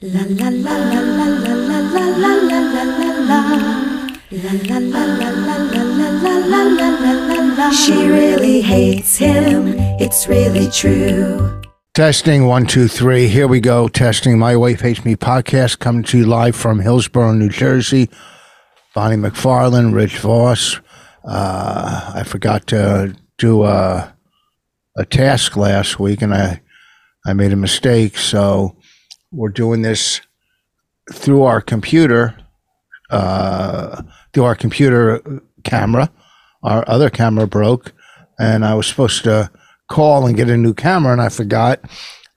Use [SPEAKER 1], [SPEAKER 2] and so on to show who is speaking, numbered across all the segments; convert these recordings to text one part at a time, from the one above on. [SPEAKER 1] La la la la la la la la la la la la la. La la la la la la la la la la la la la. She really hates him. It's really true.
[SPEAKER 2] Testing one, two, three. Here we go. Testing My Wife Hates Me podcast coming to you live from Hillsborough, New Jersey. Bonnie McFarland, Rich Voss. Uh, I forgot to do a, a task last week and I, I made a mistake. So we're doing this through our computer, uh, through our computer camera. Our other camera broke and I was supposed to call and get a new camera, and I forgot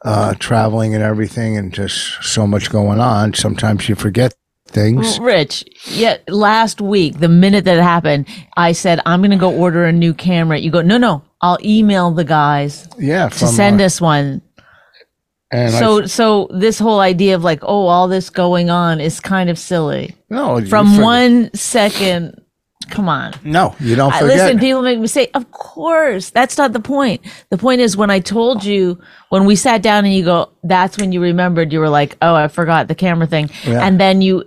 [SPEAKER 2] uh, traveling and everything, and just so much going on. Sometimes you forget things.
[SPEAKER 3] Rich, yeah, last week, the minute that it happened, I said, I'm going to go order a new camera. You go, no, no, I'll email the guys
[SPEAKER 2] Yeah,
[SPEAKER 3] to send
[SPEAKER 2] uh,
[SPEAKER 3] us one.
[SPEAKER 2] And I,
[SPEAKER 3] So, so this whole idea of like, oh, all this going on is kind of silly.
[SPEAKER 2] no, you
[SPEAKER 3] From
[SPEAKER 2] forget-
[SPEAKER 3] one second, come on.
[SPEAKER 2] No, you don't
[SPEAKER 3] I,
[SPEAKER 2] forget.
[SPEAKER 3] listen, people make mistakes. Of course, that's not the point. The point is when I told you when we sat down and you go, that's when you remembered. You were like, "Oh, I forgot the camera thing,"
[SPEAKER 2] Yeah.
[SPEAKER 3] and then you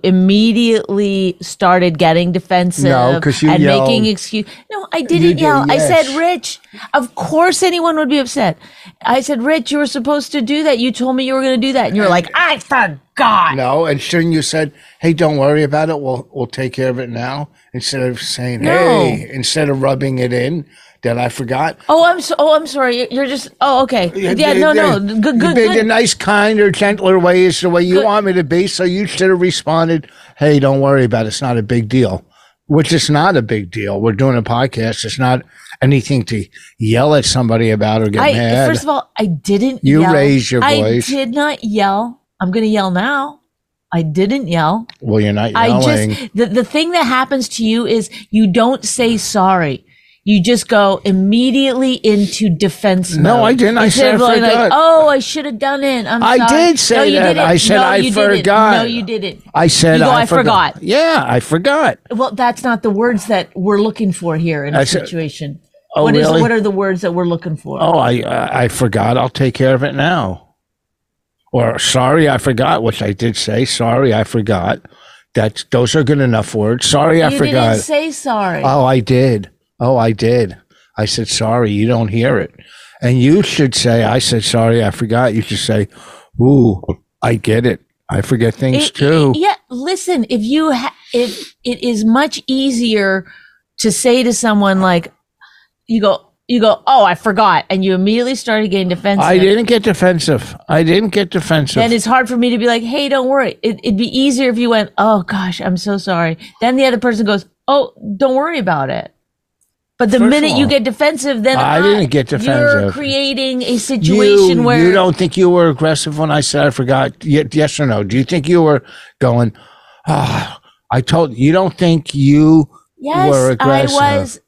[SPEAKER 3] immediately started getting defensive
[SPEAKER 2] No, 'cause you
[SPEAKER 3] and
[SPEAKER 2] yelled.
[SPEAKER 3] making excuse. No, I
[SPEAKER 2] You
[SPEAKER 3] didn't
[SPEAKER 2] did,
[SPEAKER 3] yell. I
[SPEAKER 2] yes.
[SPEAKER 3] said, "Rich, of course anyone would be upset." I said, "Rich, you were supposed to do that. You told me you were going to do that," and you were like, "I forgot."
[SPEAKER 2] no, and shouldn't you said, "Hey, don't worry about it. We'll we'll take care of it now." Instead of saying,
[SPEAKER 3] No.
[SPEAKER 2] "Hey," instead of rubbing it in that I forgot.
[SPEAKER 3] Oh, I'm so. Oh, I'm sorry. You're just. Oh, okay. Yeah.
[SPEAKER 2] they-
[SPEAKER 3] no. No.
[SPEAKER 2] they-
[SPEAKER 3] Good. Good.
[SPEAKER 2] The, big- the
[SPEAKER 3] good.
[SPEAKER 2] nice, kinder, gentler way is the way you
[SPEAKER 3] Good.
[SPEAKER 2] want me to be. So you should have responded, "Hey, don't worry about it. It's not a big deal," which is not a big deal. We're doing a podcast. It's not anything to yell at somebody about or get
[SPEAKER 3] I
[SPEAKER 2] mad.
[SPEAKER 3] first of all, I didn't.
[SPEAKER 2] You
[SPEAKER 3] yell.
[SPEAKER 2] raised your voice.
[SPEAKER 3] I did not yell. I'm gonna yell now. I didn't yell.
[SPEAKER 2] well, you're not
[SPEAKER 3] I
[SPEAKER 2] yelling.
[SPEAKER 3] just the the thing that happens to you is you don't say sorry. You just go immediately into defense.
[SPEAKER 2] No,
[SPEAKER 3] mode.
[SPEAKER 2] I didn't. I
[SPEAKER 3] Instead
[SPEAKER 2] said
[SPEAKER 3] of
[SPEAKER 2] I
[SPEAKER 3] like, like,
[SPEAKER 2] forgot.
[SPEAKER 3] oh, I should have done it. I'm
[SPEAKER 2] I
[SPEAKER 3] sorry.
[SPEAKER 2] did say
[SPEAKER 3] no, you
[SPEAKER 2] that.
[SPEAKER 3] Didn't.
[SPEAKER 2] I said
[SPEAKER 3] no,
[SPEAKER 2] I
[SPEAKER 3] you
[SPEAKER 2] forgot.
[SPEAKER 3] Didn't. No, you didn't.
[SPEAKER 2] I said,
[SPEAKER 3] You go, "I forgot."
[SPEAKER 2] Yeah, I forgot.
[SPEAKER 3] Well, that's not the words that we're looking for here in a
[SPEAKER 2] I said-
[SPEAKER 3] situation.
[SPEAKER 2] Oh,
[SPEAKER 3] What is-
[SPEAKER 2] really?
[SPEAKER 3] what are the words that we're looking for?
[SPEAKER 2] Oh, I, I I forgot. I'll take care of it now. Or sorry, I forgot, which I did say. Sorry, I forgot. That's those are good enough words. Sorry, I
[SPEAKER 3] you
[SPEAKER 2] forgot.
[SPEAKER 3] didn't say sorry.
[SPEAKER 2] oh, I did. Oh, I did. I said sorry. You don't hear it, and you should say I said sorry. I forgot. You should say, "Ooh, I get it. I forget things
[SPEAKER 3] It-
[SPEAKER 2] too."
[SPEAKER 3] yeah listen if you ha- if it is much easier to say to someone like you go you go oh i forgot and you immediately started getting defensive
[SPEAKER 2] I didn't get defensive. I didn't get defensive.
[SPEAKER 3] then it's hard for me to be like hey don't worry it, it'd be easier if you went oh gosh i'm so sorry then the other person goes oh don't worry about it but the
[SPEAKER 2] First of
[SPEAKER 3] minute
[SPEAKER 2] all,
[SPEAKER 3] you get defensive then
[SPEAKER 2] I didn't get
[SPEAKER 3] you're
[SPEAKER 2] defensive.
[SPEAKER 3] creating a situation
[SPEAKER 2] you,
[SPEAKER 3] where
[SPEAKER 2] you don't think you were aggressive when I said I forgot. Y- yes or no? Do you think you were going? Ah, I told you. Don't think you
[SPEAKER 3] Yes,
[SPEAKER 2] were aggressive.
[SPEAKER 3] I was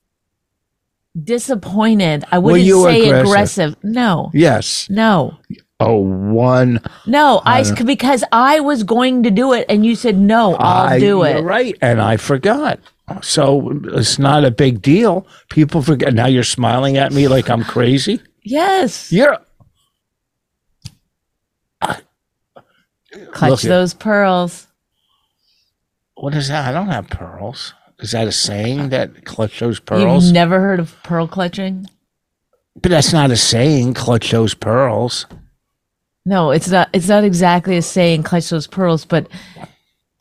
[SPEAKER 3] disappointed. I
[SPEAKER 2] Were
[SPEAKER 3] wouldn't
[SPEAKER 2] you
[SPEAKER 3] say aggressive.
[SPEAKER 2] aggressive?
[SPEAKER 3] No,
[SPEAKER 2] Yes.
[SPEAKER 3] no,
[SPEAKER 2] Oh, one.
[SPEAKER 3] no. I,
[SPEAKER 2] don't-
[SPEAKER 3] because I was going to do it, and you said no. I'll
[SPEAKER 2] I-
[SPEAKER 3] do
[SPEAKER 2] You're
[SPEAKER 3] it.
[SPEAKER 2] right, and I forgot. So it's not a big deal. People forget. Now you're smiling at me like I'm crazy.
[SPEAKER 3] Yes,
[SPEAKER 2] You're
[SPEAKER 3] clutch
[SPEAKER 2] look it.
[SPEAKER 3] those pearls.
[SPEAKER 2] what is that? I don't have pearls. Is that a saying that clutch those
[SPEAKER 3] You've
[SPEAKER 2] pearls?
[SPEAKER 3] never heard of pearl clutching?
[SPEAKER 2] but that's not a saying. Clutch those pearls.
[SPEAKER 3] No, it's not. It's not exactly a saying, clutch those pearls. But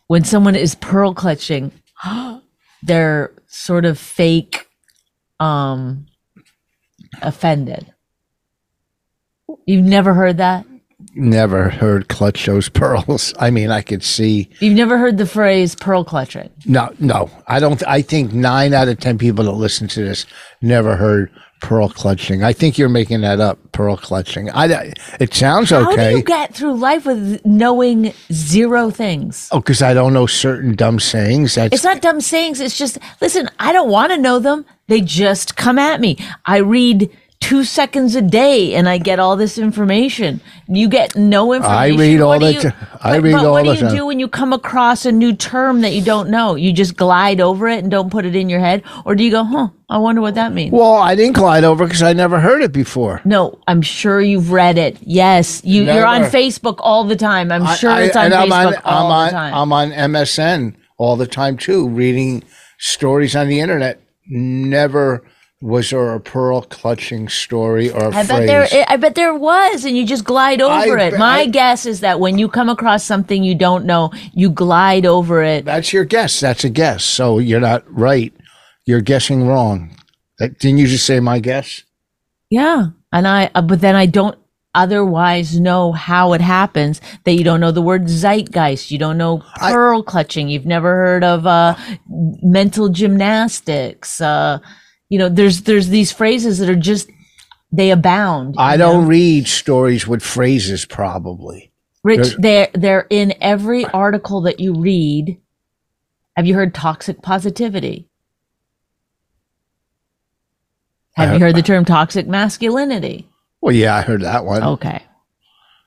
[SPEAKER 3] when someone is pearl clutching, they're sort of fake, um, offended. You've never heard that.
[SPEAKER 2] never heard clutch those pearls. I mean, I could see.
[SPEAKER 3] You've never heard the phrase pearl clutching.
[SPEAKER 2] No, no, I don't. I think nine out of ten people that listen to this never heard pearl clutching. I think you're making that up. Pearl clutching. I. It sounds
[SPEAKER 3] How do
[SPEAKER 2] okay.
[SPEAKER 3] you get through life with knowing zero things?
[SPEAKER 2] oh, because I don't know certain dumb sayings. That's
[SPEAKER 3] It's not dumb sayings. It's just, listen, I don't want to know them. They just come at me. I read two seconds a day and I get all this information. You get no information.
[SPEAKER 2] read all
[SPEAKER 3] What do
[SPEAKER 2] the
[SPEAKER 3] you-
[SPEAKER 2] ti- I
[SPEAKER 3] but-
[SPEAKER 2] read
[SPEAKER 3] but
[SPEAKER 2] all
[SPEAKER 3] what
[SPEAKER 2] the
[SPEAKER 3] do you
[SPEAKER 2] time.
[SPEAKER 3] do when you come across a new term that you don't know? You just glide over it and don't put it in your head, or do you go, "Huh, I wonder what that means."
[SPEAKER 2] Well, I didn't glide over because I never heard it before.
[SPEAKER 3] no, I'm sure you've read it. Yes, you, you're on
[SPEAKER 2] Never.
[SPEAKER 3] Facebook all the time. I'm
[SPEAKER 2] I-
[SPEAKER 3] sure
[SPEAKER 2] I-
[SPEAKER 3] it's on
[SPEAKER 2] and
[SPEAKER 3] Facebook
[SPEAKER 2] I'm on,
[SPEAKER 3] all
[SPEAKER 2] I'm on,
[SPEAKER 3] the time.
[SPEAKER 2] I'm on MSN all the time too, reading stories on the internet. Never was there a pearl clutching story or a
[SPEAKER 3] I bet
[SPEAKER 2] phrase.
[SPEAKER 3] there. I- I bet there was, and you just glide over
[SPEAKER 2] I-
[SPEAKER 3] it. My
[SPEAKER 2] I-
[SPEAKER 3] guess is that when you come across something you don't know, you glide over it.
[SPEAKER 2] That's your guess. That's a guess. So you're not right. You're guessing wrong. That, didn't you just say my guess?
[SPEAKER 3] Yeah, and I. uh, But then I don't otherwise know how it happens that you don't know the word zeitgeist. You don't know
[SPEAKER 2] I-
[SPEAKER 3] pearl clutching. You've never heard of uh, mental gymnastics. Uh, you know, there's there's these phrases that are just they abound.
[SPEAKER 2] I
[SPEAKER 3] you know?
[SPEAKER 2] don't read stories with phrases, probably.
[SPEAKER 3] Rich, they're they're in every article that you read. Have you heard toxic positivity? Have you heard the term toxic masculinity?
[SPEAKER 2] Well, yeah, I heard that one.
[SPEAKER 3] Okay,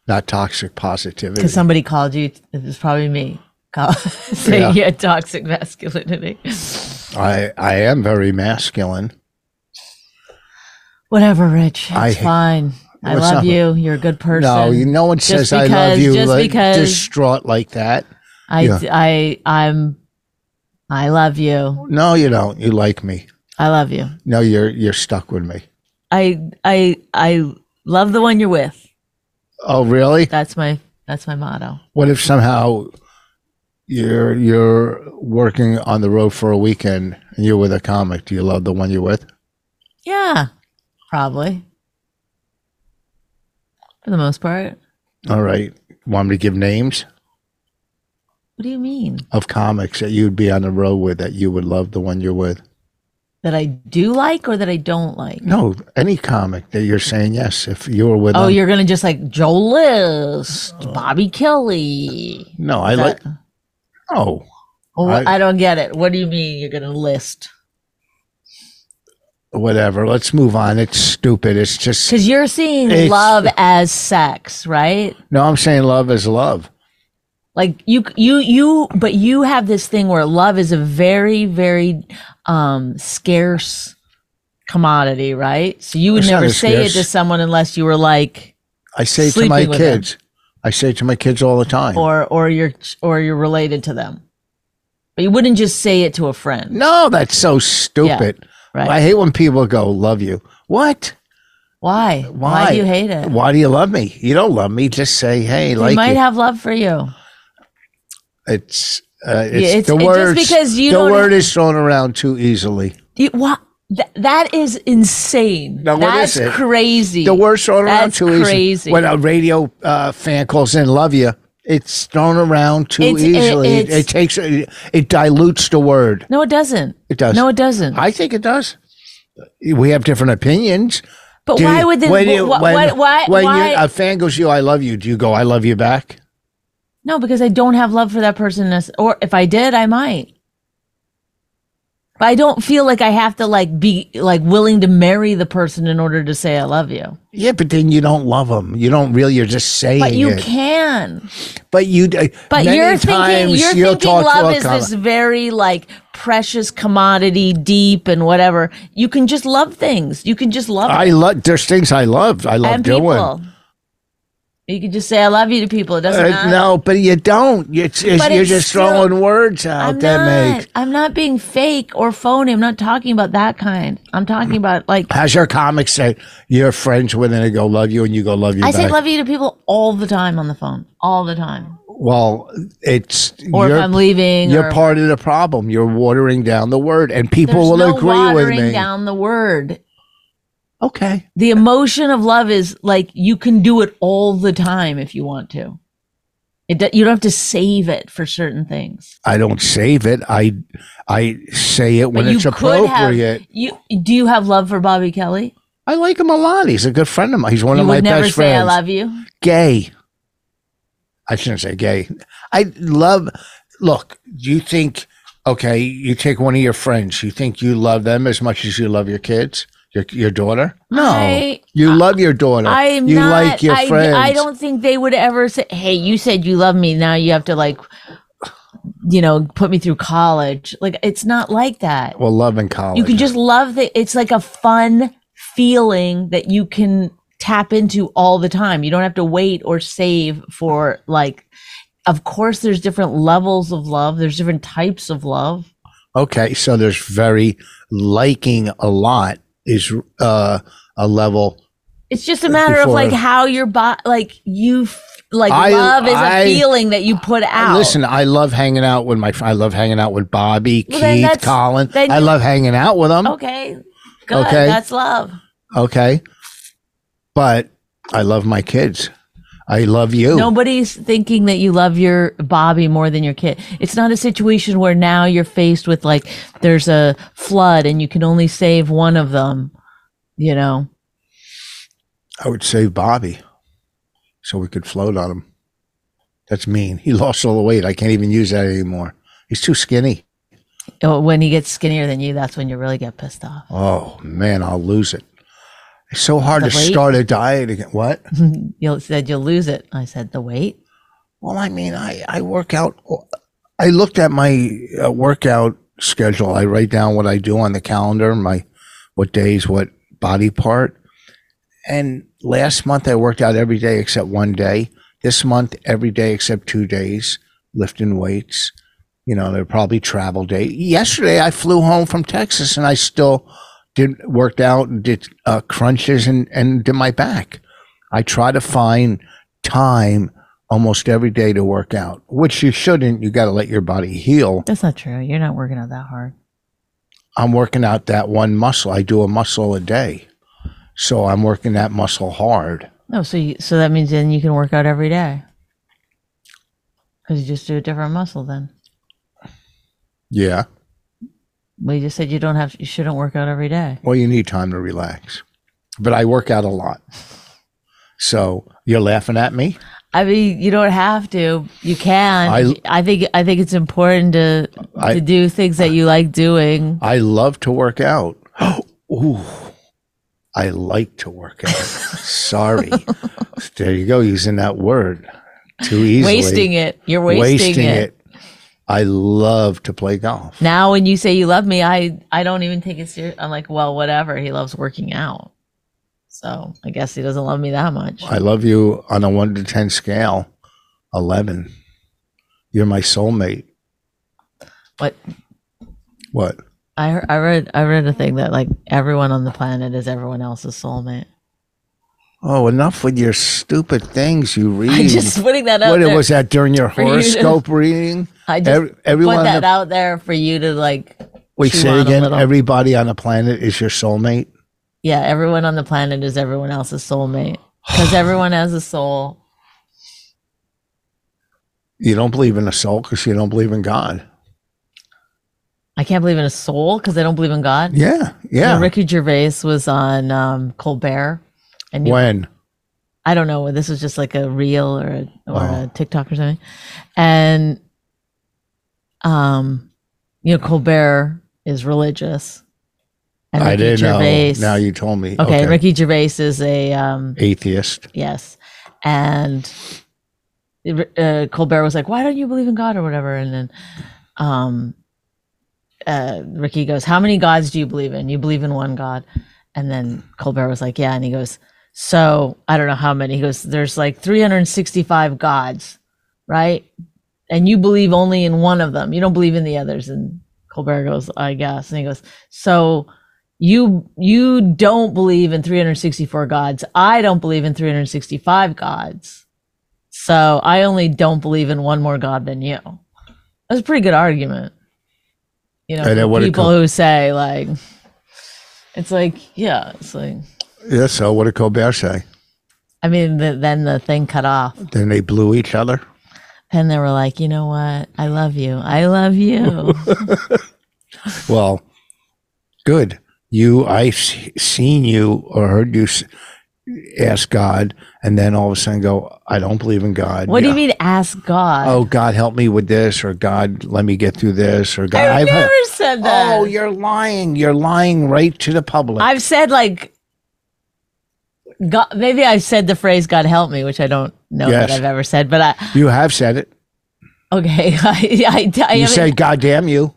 [SPEAKER 2] Not toxic positivity.
[SPEAKER 3] because somebody called you. It was probably me. Call, say
[SPEAKER 2] Yeah.
[SPEAKER 3] you had toxic masculinity.
[SPEAKER 2] I, I am very masculine.
[SPEAKER 3] Whatever, Rich. It's
[SPEAKER 2] I-
[SPEAKER 3] fine. I
[SPEAKER 2] What's
[SPEAKER 3] love
[SPEAKER 2] up?
[SPEAKER 3] you. You're a good person.
[SPEAKER 2] No, you, no one
[SPEAKER 3] Just
[SPEAKER 2] says I love
[SPEAKER 3] because-
[SPEAKER 2] you
[SPEAKER 3] just
[SPEAKER 2] like
[SPEAKER 3] because-
[SPEAKER 2] distraught like that.
[SPEAKER 3] I,
[SPEAKER 2] yeah.
[SPEAKER 3] I, I'm. I love you.
[SPEAKER 2] No, you don't. You like me.
[SPEAKER 3] I love you.
[SPEAKER 2] No, you're you're stuck with me.
[SPEAKER 3] I, I, I love the one you're with.
[SPEAKER 2] Oh, really?
[SPEAKER 3] That's my that's my motto.
[SPEAKER 2] What if somehow you're you're working on the road for a weekend and you're with a comic? Do you love the one you're with?
[SPEAKER 3] Yeah, probably. For the most part.
[SPEAKER 2] All right. Want me to give names
[SPEAKER 3] What do you mean?
[SPEAKER 2] of comics that you'd be on the road with that you would love the one you're with?
[SPEAKER 3] That I do like or that I don't like?
[SPEAKER 2] No, any comic that you're saying yes. If you were with,
[SPEAKER 3] Oh,
[SPEAKER 2] them.
[SPEAKER 3] you're gonna just like Joe List, Bobby Kelly.
[SPEAKER 2] no, I like.
[SPEAKER 3] That-
[SPEAKER 2] No,
[SPEAKER 3] Oh,
[SPEAKER 2] I-
[SPEAKER 3] I, don't get it. What do you mean you're gonna list?
[SPEAKER 2] whatever. Let's move on. It's stupid. It's just
[SPEAKER 3] Because you're seeing
[SPEAKER 2] It's-
[SPEAKER 3] love as sex, right?
[SPEAKER 2] no. I'm saying love is love.
[SPEAKER 3] like you you you but you have this thing where love is a very very um scarce commodity right so you would
[SPEAKER 2] It's not
[SPEAKER 3] never
[SPEAKER 2] as
[SPEAKER 3] say it to
[SPEAKER 2] scarce.
[SPEAKER 3] someone unless you were like
[SPEAKER 2] I say to my
[SPEAKER 3] Sleeping with them.
[SPEAKER 2] kids. I say to my kids all the time.
[SPEAKER 3] or or you're or you're related to them but you wouldn't just say it to a friend
[SPEAKER 2] no, that's so stupid.
[SPEAKER 3] right
[SPEAKER 2] I hate when people go, "Love you." What?
[SPEAKER 3] why? why
[SPEAKER 2] Why?
[SPEAKER 3] do you hate it
[SPEAKER 2] Why do you love me? You don't love me. Just say, "Hey,
[SPEAKER 3] they
[SPEAKER 2] like
[SPEAKER 3] might
[SPEAKER 2] you."
[SPEAKER 3] have love for you
[SPEAKER 2] it's, uh, it's
[SPEAKER 3] it's-
[SPEAKER 2] the
[SPEAKER 3] it- just
[SPEAKER 2] words.
[SPEAKER 3] because you
[SPEAKER 2] the
[SPEAKER 3] don't-
[SPEAKER 2] word is thrown around too easily.
[SPEAKER 3] you what that, that is insane
[SPEAKER 2] No, what
[SPEAKER 3] that's
[SPEAKER 2] is it?
[SPEAKER 3] crazy
[SPEAKER 2] The word's thrown around
[SPEAKER 3] That's
[SPEAKER 2] too easily.
[SPEAKER 3] crazy.
[SPEAKER 2] When a radio uh, fan calls in, "Love you," it's thrown around too
[SPEAKER 3] It's- it-
[SPEAKER 2] easily. It,
[SPEAKER 3] it's-
[SPEAKER 2] it takes it, it dilutes the word.
[SPEAKER 3] no it doesn't
[SPEAKER 2] It does.
[SPEAKER 3] no it doesn't
[SPEAKER 2] I think it does. We have different opinions.
[SPEAKER 3] but
[SPEAKER 2] Do
[SPEAKER 3] why
[SPEAKER 2] you-
[SPEAKER 3] would they
[SPEAKER 2] when you-
[SPEAKER 3] why,
[SPEAKER 2] when-
[SPEAKER 3] why, why,
[SPEAKER 2] when you, a fan goes to you, I love you. Do you go, I love you back?
[SPEAKER 3] No, because I don't have love for that person. as- Or if I did, I might. But I don't feel like I have to like be like willing to marry the person in order to say I love you.
[SPEAKER 2] Yeah, but then you don't love them. You don't really. You're just saying
[SPEAKER 3] But you
[SPEAKER 2] it.
[SPEAKER 3] can.
[SPEAKER 2] But you. d- uh,
[SPEAKER 3] But
[SPEAKER 2] many
[SPEAKER 3] you're thinking
[SPEAKER 2] times
[SPEAKER 3] you're
[SPEAKER 2] you'll
[SPEAKER 3] thinking
[SPEAKER 2] talk to
[SPEAKER 3] love
[SPEAKER 2] a
[SPEAKER 3] is
[SPEAKER 2] comic-
[SPEAKER 3] this very like precious commodity, deep and whatever. You can just love things. You can just love
[SPEAKER 2] I
[SPEAKER 3] it.
[SPEAKER 2] love. There's things I love. I love
[SPEAKER 3] and
[SPEAKER 2] doing.
[SPEAKER 3] people. You can just say I love you to people. It doesn't
[SPEAKER 2] Uh,
[SPEAKER 3] matter.
[SPEAKER 2] no, but you don't. It's, it's,
[SPEAKER 3] But
[SPEAKER 2] you're
[SPEAKER 3] it's
[SPEAKER 2] just
[SPEAKER 3] still-
[SPEAKER 2] throwing words out
[SPEAKER 3] I'm
[SPEAKER 2] there,
[SPEAKER 3] not.
[SPEAKER 2] Meg.
[SPEAKER 3] I'm not being fake or phony. I'm not talking about that kind. I'm talking
[SPEAKER 2] Mm.
[SPEAKER 3] about like
[SPEAKER 2] Has your comic say you're friends with and they go love you and you go love you
[SPEAKER 3] I
[SPEAKER 2] back?
[SPEAKER 3] say love you to people all the time on the phone, all the time.
[SPEAKER 2] well, it's
[SPEAKER 3] Or
[SPEAKER 2] you're,
[SPEAKER 3] if I'm leaving,
[SPEAKER 2] you're
[SPEAKER 3] or
[SPEAKER 2] part of the problem. You're watering down the word, and people
[SPEAKER 3] there's
[SPEAKER 2] will
[SPEAKER 3] no
[SPEAKER 2] agree with
[SPEAKER 3] watering
[SPEAKER 2] me.
[SPEAKER 3] down the word.
[SPEAKER 2] Okay.
[SPEAKER 3] The emotion of love is like you can do it all the time if you want to. It do, you don't have to save it for certain things.
[SPEAKER 2] I don't save it. I I say it when
[SPEAKER 3] but
[SPEAKER 2] it's
[SPEAKER 3] you could have.
[SPEAKER 2] appropriate.
[SPEAKER 3] You do you have love for Bobby Kelly?
[SPEAKER 2] I like him a lot. He's a good friend of mine. He's one
[SPEAKER 3] you
[SPEAKER 2] of
[SPEAKER 3] would
[SPEAKER 2] my
[SPEAKER 3] never
[SPEAKER 2] best
[SPEAKER 3] say
[SPEAKER 2] friends.
[SPEAKER 3] I love you.
[SPEAKER 2] gay. I shouldn't say gay. I love. Look, you think okay? You take one of your friends. You think you love them as much as you love your kids. Your, your daughter? No.
[SPEAKER 3] I-
[SPEAKER 2] you love your daughter.
[SPEAKER 3] I'm
[SPEAKER 2] you
[SPEAKER 3] not,
[SPEAKER 2] like your
[SPEAKER 3] I,
[SPEAKER 2] friends.
[SPEAKER 3] I don't think they would ever say, "Hey, you said you love me. Now you have to like, you know, put me through college." Like it's not like that.
[SPEAKER 2] Well, love in college.
[SPEAKER 3] you can just love that. It's like a fun feeling that you can tap into all the time. You don't have to wait or save for like. Of course, there's different levels of love. There's different types of love.
[SPEAKER 2] Okay, so there's very liking a lot is uh, a level.
[SPEAKER 3] It's just a matter of
[SPEAKER 2] Before-
[SPEAKER 3] like how your body, like you, f- like
[SPEAKER 2] I-
[SPEAKER 3] love is a
[SPEAKER 2] I-
[SPEAKER 3] feeling that you put out.
[SPEAKER 2] Listen, I love hanging out with my. fr- I love hanging out with Bobby,
[SPEAKER 3] Well, then
[SPEAKER 2] Keith,
[SPEAKER 3] that's-
[SPEAKER 2] Colin.
[SPEAKER 3] then
[SPEAKER 2] I
[SPEAKER 3] you-
[SPEAKER 2] love hanging out with them. Okay.
[SPEAKER 3] Okay. Good.
[SPEAKER 2] Okay.
[SPEAKER 3] That's love.
[SPEAKER 2] but I love my kids. I love you.
[SPEAKER 3] Nobody's thinking that you love your Bobby more than your kid. It's not a situation where now you're faced with like there's a flood and you can only save one of them. You know,
[SPEAKER 2] I would save Bobby, so we could float on him. That's mean. He lost all the weight. I can't even use that anymore. He's too skinny.
[SPEAKER 3] Oh, when he gets skinnier than you, that's when you really get pissed off.
[SPEAKER 2] Oh man, I'll lose it. It's so hard
[SPEAKER 3] The
[SPEAKER 2] to
[SPEAKER 3] weight?
[SPEAKER 2] start a diet again. What?
[SPEAKER 3] you said you'll lose it. I said the weight.
[SPEAKER 2] Well, I mean, I, I work out. I looked at my uh, workout schedule. I write down what I do on the calendar, my what days, what body part. And last month I worked out every day except one day. This month, every day except two days, lifting weights. You know, they're probably travel day. Yesterday, I flew home from Texas and I still did worked out and did uh, crunches and, and did my back. I try to find time almost every day to work out, which you shouldn't. You got to let your body heal.
[SPEAKER 3] That's not true. You're not working out that hard.
[SPEAKER 2] I'm working out that one muscle. I do a muscle a day. So I'm working that muscle hard.
[SPEAKER 3] No, so you, so that means then you can work out every day. Because you just do a different muscle then.
[SPEAKER 2] Yeah.
[SPEAKER 3] We just said you don't have you shouldn't work out every day.
[SPEAKER 2] Well, you need time to relax. But I work out a lot. So you're laughing at me?
[SPEAKER 3] I mean, you don't have to. You can. I, think I think it's important to
[SPEAKER 2] I-
[SPEAKER 3] to do things that you like doing.
[SPEAKER 2] I love to work out. Ooh. I like to work out. Sorry. there you go, using that word too easily.
[SPEAKER 3] Wasting it. You're wasting, it.
[SPEAKER 2] I love to play golf.
[SPEAKER 3] Now when you say you love me, I I don't even take it serious. I'm like, well, whatever. He loves working out. So, I guess he doesn't love me that much.
[SPEAKER 2] I love you on a one to 10 scale, 11. You're my soulmate.
[SPEAKER 3] But
[SPEAKER 2] What?
[SPEAKER 3] I heard- I read I read a thing that like everyone on the planet is everyone else's soulmate.
[SPEAKER 2] Oh, enough with your stupid things you read.
[SPEAKER 3] I'm just putting that out
[SPEAKER 2] what
[SPEAKER 3] there.
[SPEAKER 2] Hmm. was that during your
[SPEAKER 3] you to-
[SPEAKER 2] horoscope reading?
[SPEAKER 3] I just
[SPEAKER 2] Every, everyone,
[SPEAKER 3] put
[SPEAKER 2] on
[SPEAKER 3] that
[SPEAKER 2] the-
[SPEAKER 3] out there for you to like.
[SPEAKER 2] wait,
[SPEAKER 3] chew
[SPEAKER 2] say
[SPEAKER 3] on a
[SPEAKER 2] again.
[SPEAKER 3] little.
[SPEAKER 2] Everybody on the planet is your soulmate.
[SPEAKER 3] Yeah, everyone on the planet is everyone else's soulmate because everyone has a soul.
[SPEAKER 2] You don't believe in a soul because you don't believe in God.
[SPEAKER 3] I can't believe in a soul because I don't believe in God.
[SPEAKER 2] Yeah,
[SPEAKER 3] You know,
[SPEAKER 2] yeah.
[SPEAKER 3] Ricky Gervais was on um, Colbert, and you,
[SPEAKER 2] When?
[SPEAKER 3] I don't know. This was just like a reel or a, or
[SPEAKER 2] Oh.
[SPEAKER 3] a TikTok or something, and um, you know Colbert is religious, and
[SPEAKER 2] I
[SPEAKER 3] Ricky
[SPEAKER 2] didn't
[SPEAKER 3] Gervais.
[SPEAKER 2] know. Now you told me.
[SPEAKER 3] okay, Ricky Gervais is a um,
[SPEAKER 2] Atheist.
[SPEAKER 3] Yes. And uh, Colbert was like, why don't you believe in God or whatever? And then um, uh, Ricky goes, how many gods do you believe in? You believe in one God. And then Colbert was like, yeah. And he goes, so I don't know how many. He goes, there's like 365 gods, right? And you believe only in one of them. You don't believe in the others. And Colbert goes, I guess. And he goes, so you you don't believe in 364 gods i don't believe in 365 gods so i only don't believe in one more god than you that's a pretty good argument you know
[SPEAKER 2] And then
[SPEAKER 3] for
[SPEAKER 2] what it
[SPEAKER 3] people
[SPEAKER 2] co-
[SPEAKER 3] who say like it's like yeah it's like
[SPEAKER 2] Yeah, so what did Colbert say?
[SPEAKER 3] i mean the, then the thing cut off
[SPEAKER 2] Then they blew each other.
[SPEAKER 3] and they were like you know what i love you i love you
[SPEAKER 2] Well, good. You, I've s- seen you or heard you s- ask God, and then all of a sudden go, I don't believe in God.
[SPEAKER 3] What do
[SPEAKER 2] Yeah.
[SPEAKER 3] you mean ask God?
[SPEAKER 2] Oh, God, help me with this, or God, let me get through this, or God.
[SPEAKER 3] I've
[SPEAKER 2] had-
[SPEAKER 3] never said that.
[SPEAKER 2] oh, you're lying. You're lying right to the public.
[SPEAKER 3] I've said like God maybe I've said the phrase God help me, which I don't know
[SPEAKER 2] Yes.
[SPEAKER 3] that I've ever said, but I
[SPEAKER 2] you have said it.
[SPEAKER 3] okay. I, I, I
[SPEAKER 2] You
[SPEAKER 3] haven't-
[SPEAKER 2] said, God damn you.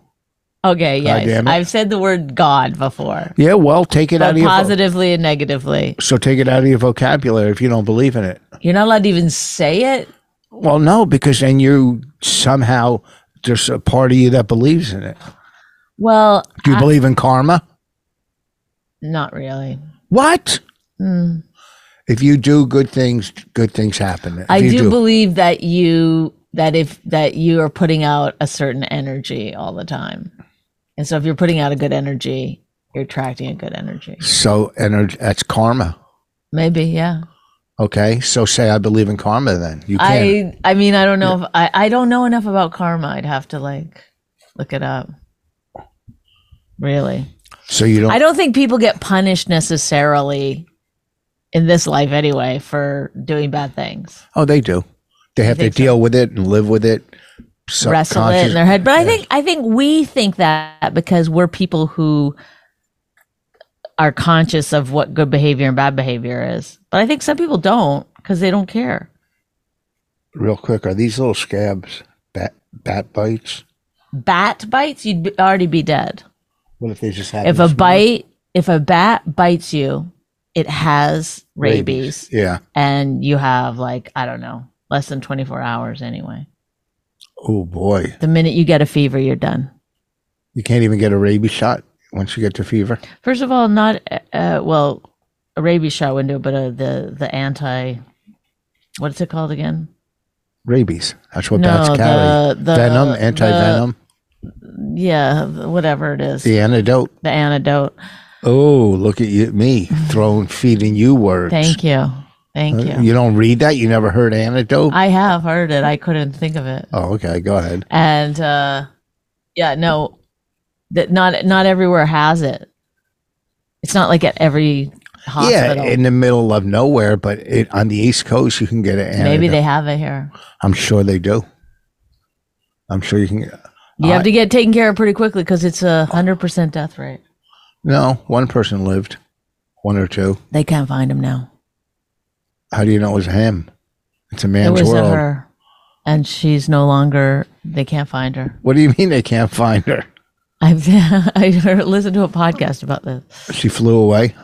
[SPEAKER 3] okay, yes.
[SPEAKER 2] damn it.
[SPEAKER 3] I've said the word God before.
[SPEAKER 2] Yeah, well, take it out
[SPEAKER 3] But
[SPEAKER 2] of your vo-
[SPEAKER 3] positively and negatively.
[SPEAKER 2] so take it out of your vocabulary if you don't believe in it.
[SPEAKER 3] You're not allowed to even say it.
[SPEAKER 2] Well, no, because then you somehow there's a part of you that believes in it.
[SPEAKER 3] Well,
[SPEAKER 2] Do you
[SPEAKER 3] I-
[SPEAKER 2] believe in karma?
[SPEAKER 3] not really.
[SPEAKER 2] What?
[SPEAKER 3] Mm.
[SPEAKER 2] If you do good things, good things happen. If
[SPEAKER 3] I
[SPEAKER 2] you
[SPEAKER 3] do, believe that you that if that you are putting out a certain energy all the time. And so if you're putting out a good energy, you're attracting a good energy.
[SPEAKER 2] so energy. That's karma.
[SPEAKER 3] Maybe, yeah.
[SPEAKER 2] Okay, so say I believe in karma. Then you can.
[SPEAKER 3] I I mean, I don't know if I I don't know enough about karma. I'd have to like look it up. Really.
[SPEAKER 2] so you don't.
[SPEAKER 3] I don't think people get punished necessarily in this life anyway for doing bad things.
[SPEAKER 2] oh, they do. They have to
[SPEAKER 3] think so?
[SPEAKER 2] deal with it and live with it.
[SPEAKER 3] wrestle it in
[SPEAKER 2] Subconscious-
[SPEAKER 3] their head. But I
[SPEAKER 2] Yeah.
[SPEAKER 3] think I think we think that because we're people who are conscious of what good behavior and bad behavior is. But I think some people don't because they don't care.
[SPEAKER 2] Real quick, are these little scabs bat bat bites?
[SPEAKER 3] Bat bites, you'd be, already be dead.
[SPEAKER 2] What if they just have
[SPEAKER 3] If a bite, if a bat bites you, it has rabies,
[SPEAKER 2] Yeah.
[SPEAKER 3] and you have like I don't know less than twenty four hours anyway.
[SPEAKER 2] Oh boy,
[SPEAKER 3] The minute you get a fever, you're done.
[SPEAKER 2] you can't even get a rabies shot once you get the fever.
[SPEAKER 3] First of all, not uh, well, a rabies shot window, but uh, the the anti, what's it called again?
[SPEAKER 2] Rabies. That's what
[SPEAKER 3] No,
[SPEAKER 2] bats carry.
[SPEAKER 3] the, the
[SPEAKER 2] venom, anti-venom,
[SPEAKER 3] the- yeah, whatever it is,
[SPEAKER 2] the antidote.
[SPEAKER 3] the antidote.
[SPEAKER 2] Oh, look at you, me throwing feeding you words.
[SPEAKER 3] Thank you, thank
[SPEAKER 2] Uh,
[SPEAKER 3] you.
[SPEAKER 2] You don't read that. You never heard antidote.
[SPEAKER 3] I have heard it. I couldn't think of it,
[SPEAKER 2] oh, okay. Go ahead.
[SPEAKER 3] and uh, yeah, no, that not not everywhere has it. It's not like at every hospital.
[SPEAKER 2] Yeah, in the middle of nowhere, but it, on the East Coast, you can get an antidote.
[SPEAKER 3] Maybe they have it here.
[SPEAKER 2] I'm sure they do. I'm sure you can.
[SPEAKER 3] You
[SPEAKER 2] I-
[SPEAKER 3] have to get taken care of pretty quickly because it's a hundred percent death rate.
[SPEAKER 2] No, one person lived, one or two.
[SPEAKER 3] They can't find him now.
[SPEAKER 2] How do you know it was him? It's a
[SPEAKER 3] It
[SPEAKER 2] man's
[SPEAKER 3] was a
[SPEAKER 2] world.
[SPEAKER 3] her, and she's no longer. They can't find her.
[SPEAKER 2] What do you mean they can't find her?
[SPEAKER 3] I've I heard, listened to a podcast about this.
[SPEAKER 2] She flew away.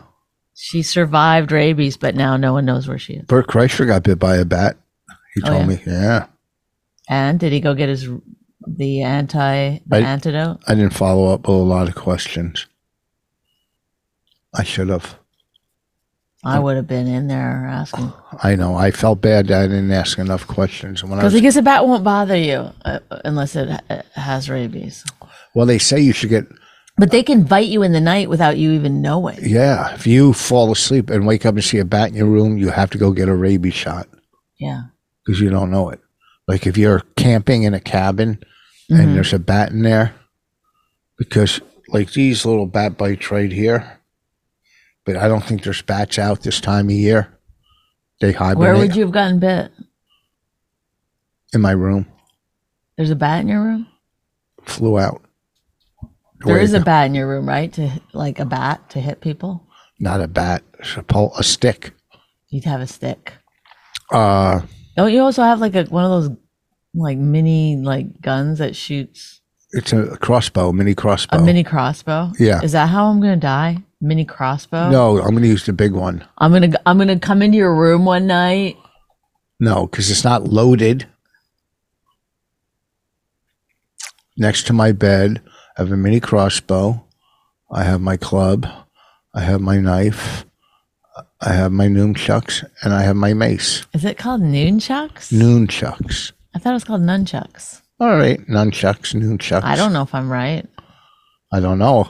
[SPEAKER 3] She survived rabies, but now no one knows where she is.
[SPEAKER 2] Bert Kreischer got bit by a bat. He
[SPEAKER 3] Oh,
[SPEAKER 2] told me, yeah.
[SPEAKER 3] And did he go get his the anti the
[SPEAKER 2] I-
[SPEAKER 3] antidote?
[SPEAKER 2] I didn't follow up with a lot of questions. I should have.
[SPEAKER 3] I would have been in there asking
[SPEAKER 2] I know. I felt bad that I didn't ask enough questions. And When I
[SPEAKER 3] because
[SPEAKER 2] was,
[SPEAKER 3] I guess a bat won't bother you uh, unless it uh, has rabies.
[SPEAKER 2] well, they say you should get,
[SPEAKER 3] But they can bite you in the night without you even knowing.
[SPEAKER 2] yeah, if you fall asleep and wake up and see a bat in your room, you have to go get a rabies shot
[SPEAKER 3] Yeah.
[SPEAKER 2] because you don't know it. Like if you're camping in a cabin and
[SPEAKER 3] Mhm.
[SPEAKER 2] there's a bat in there, because like these little bat bites right here, but I don't think there's bats out this time of year. They hibernate
[SPEAKER 3] Where would you have gotten bit?
[SPEAKER 2] in my room.
[SPEAKER 3] There's a bat in your room.
[SPEAKER 2] flew out.
[SPEAKER 3] There
[SPEAKER 2] Wait,
[SPEAKER 3] is a bat in your room, right? To like a bat to hit people.
[SPEAKER 2] not a bat, it's a, pole, a stick.
[SPEAKER 3] You'd have a stick.
[SPEAKER 2] Uh,
[SPEAKER 3] Don't you also have like a one of those like mini like guns that shoots
[SPEAKER 2] it's a crossbow, mini crossbow.
[SPEAKER 3] a mini crossbow?
[SPEAKER 2] Yeah.
[SPEAKER 3] Is that how I'm gonna die? Mini crossbow?
[SPEAKER 2] no, I'm going to use the big one.
[SPEAKER 3] I'm gonna I'm gonna come into your room one night.
[SPEAKER 2] No, because it's not loaded. Next to my bed, I have a mini crossbow. I have my club. I have my knife. I have my nunchucks, and I have my mace.
[SPEAKER 3] Is it called nunchucks?
[SPEAKER 2] Nunchucks.
[SPEAKER 3] I thought it was called nunchucks.
[SPEAKER 2] All right, nunchucks, nunchucks.
[SPEAKER 3] I don't know if I'm right.
[SPEAKER 2] I don't know.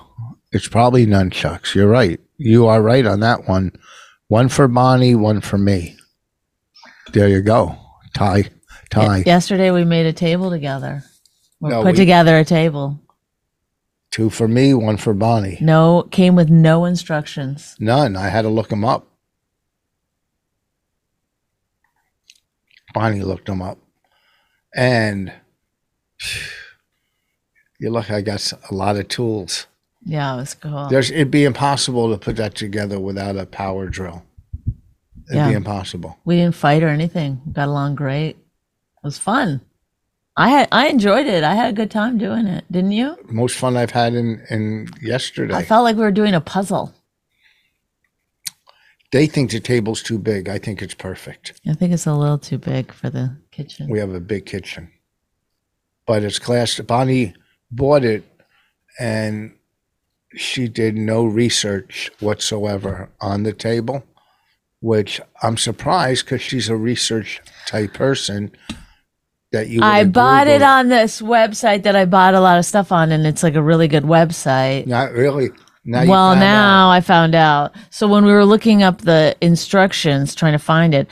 [SPEAKER 2] It's probably nunchucks. You're right. You are right on that one. One for Bonnie, one for me. There you go. Tie, tie.
[SPEAKER 3] Ye- Yesterday we made a table together. We
[SPEAKER 2] No,
[SPEAKER 3] put
[SPEAKER 2] we-
[SPEAKER 3] together a table.
[SPEAKER 2] Two for me, one for Bonnie.
[SPEAKER 3] No, came with no instructions.
[SPEAKER 2] None. I had to look them up. Bonnie looked him up, and you're lucky I got s- a lot of tools.
[SPEAKER 3] Yeah, it was cool.
[SPEAKER 2] There's, it'd be impossible to put that together without a power drill. It'd be
[SPEAKER 3] Yeah.
[SPEAKER 2] impossible.
[SPEAKER 3] we didn't fight or anything. We got along great. It was fun. I had I enjoyed it. I had a good time doing it. Didn't you?
[SPEAKER 2] Most fun I've had in, in
[SPEAKER 3] I
[SPEAKER 2] yesterday.
[SPEAKER 3] felt like we were doing a puzzle.
[SPEAKER 2] they think the table's too big. I think it's perfect.
[SPEAKER 3] I think it's a little too big for the kitchen.
[SPEAKER 2] We have a big kitchen, but it's class. Bonnie bought it, and she did no research whatsoever on the table, which I'm surprised because she's a research type person. That you, would
[SPEAKER 3] I
[SPEAKER 2] have
[SPEAKER 3] bought it
[SPEAKER 2] Googled.
[SPEAKER 3] on this website that I bought a lot of stuff on, and it's like a really good website.
[SPEAKER 2] Not really. Now you
[SPEAKER 3] well,
[SPEAKER 2] found out.
[SPEAKER 3] now I found out. So when we were looking up the instructions, trying to find it,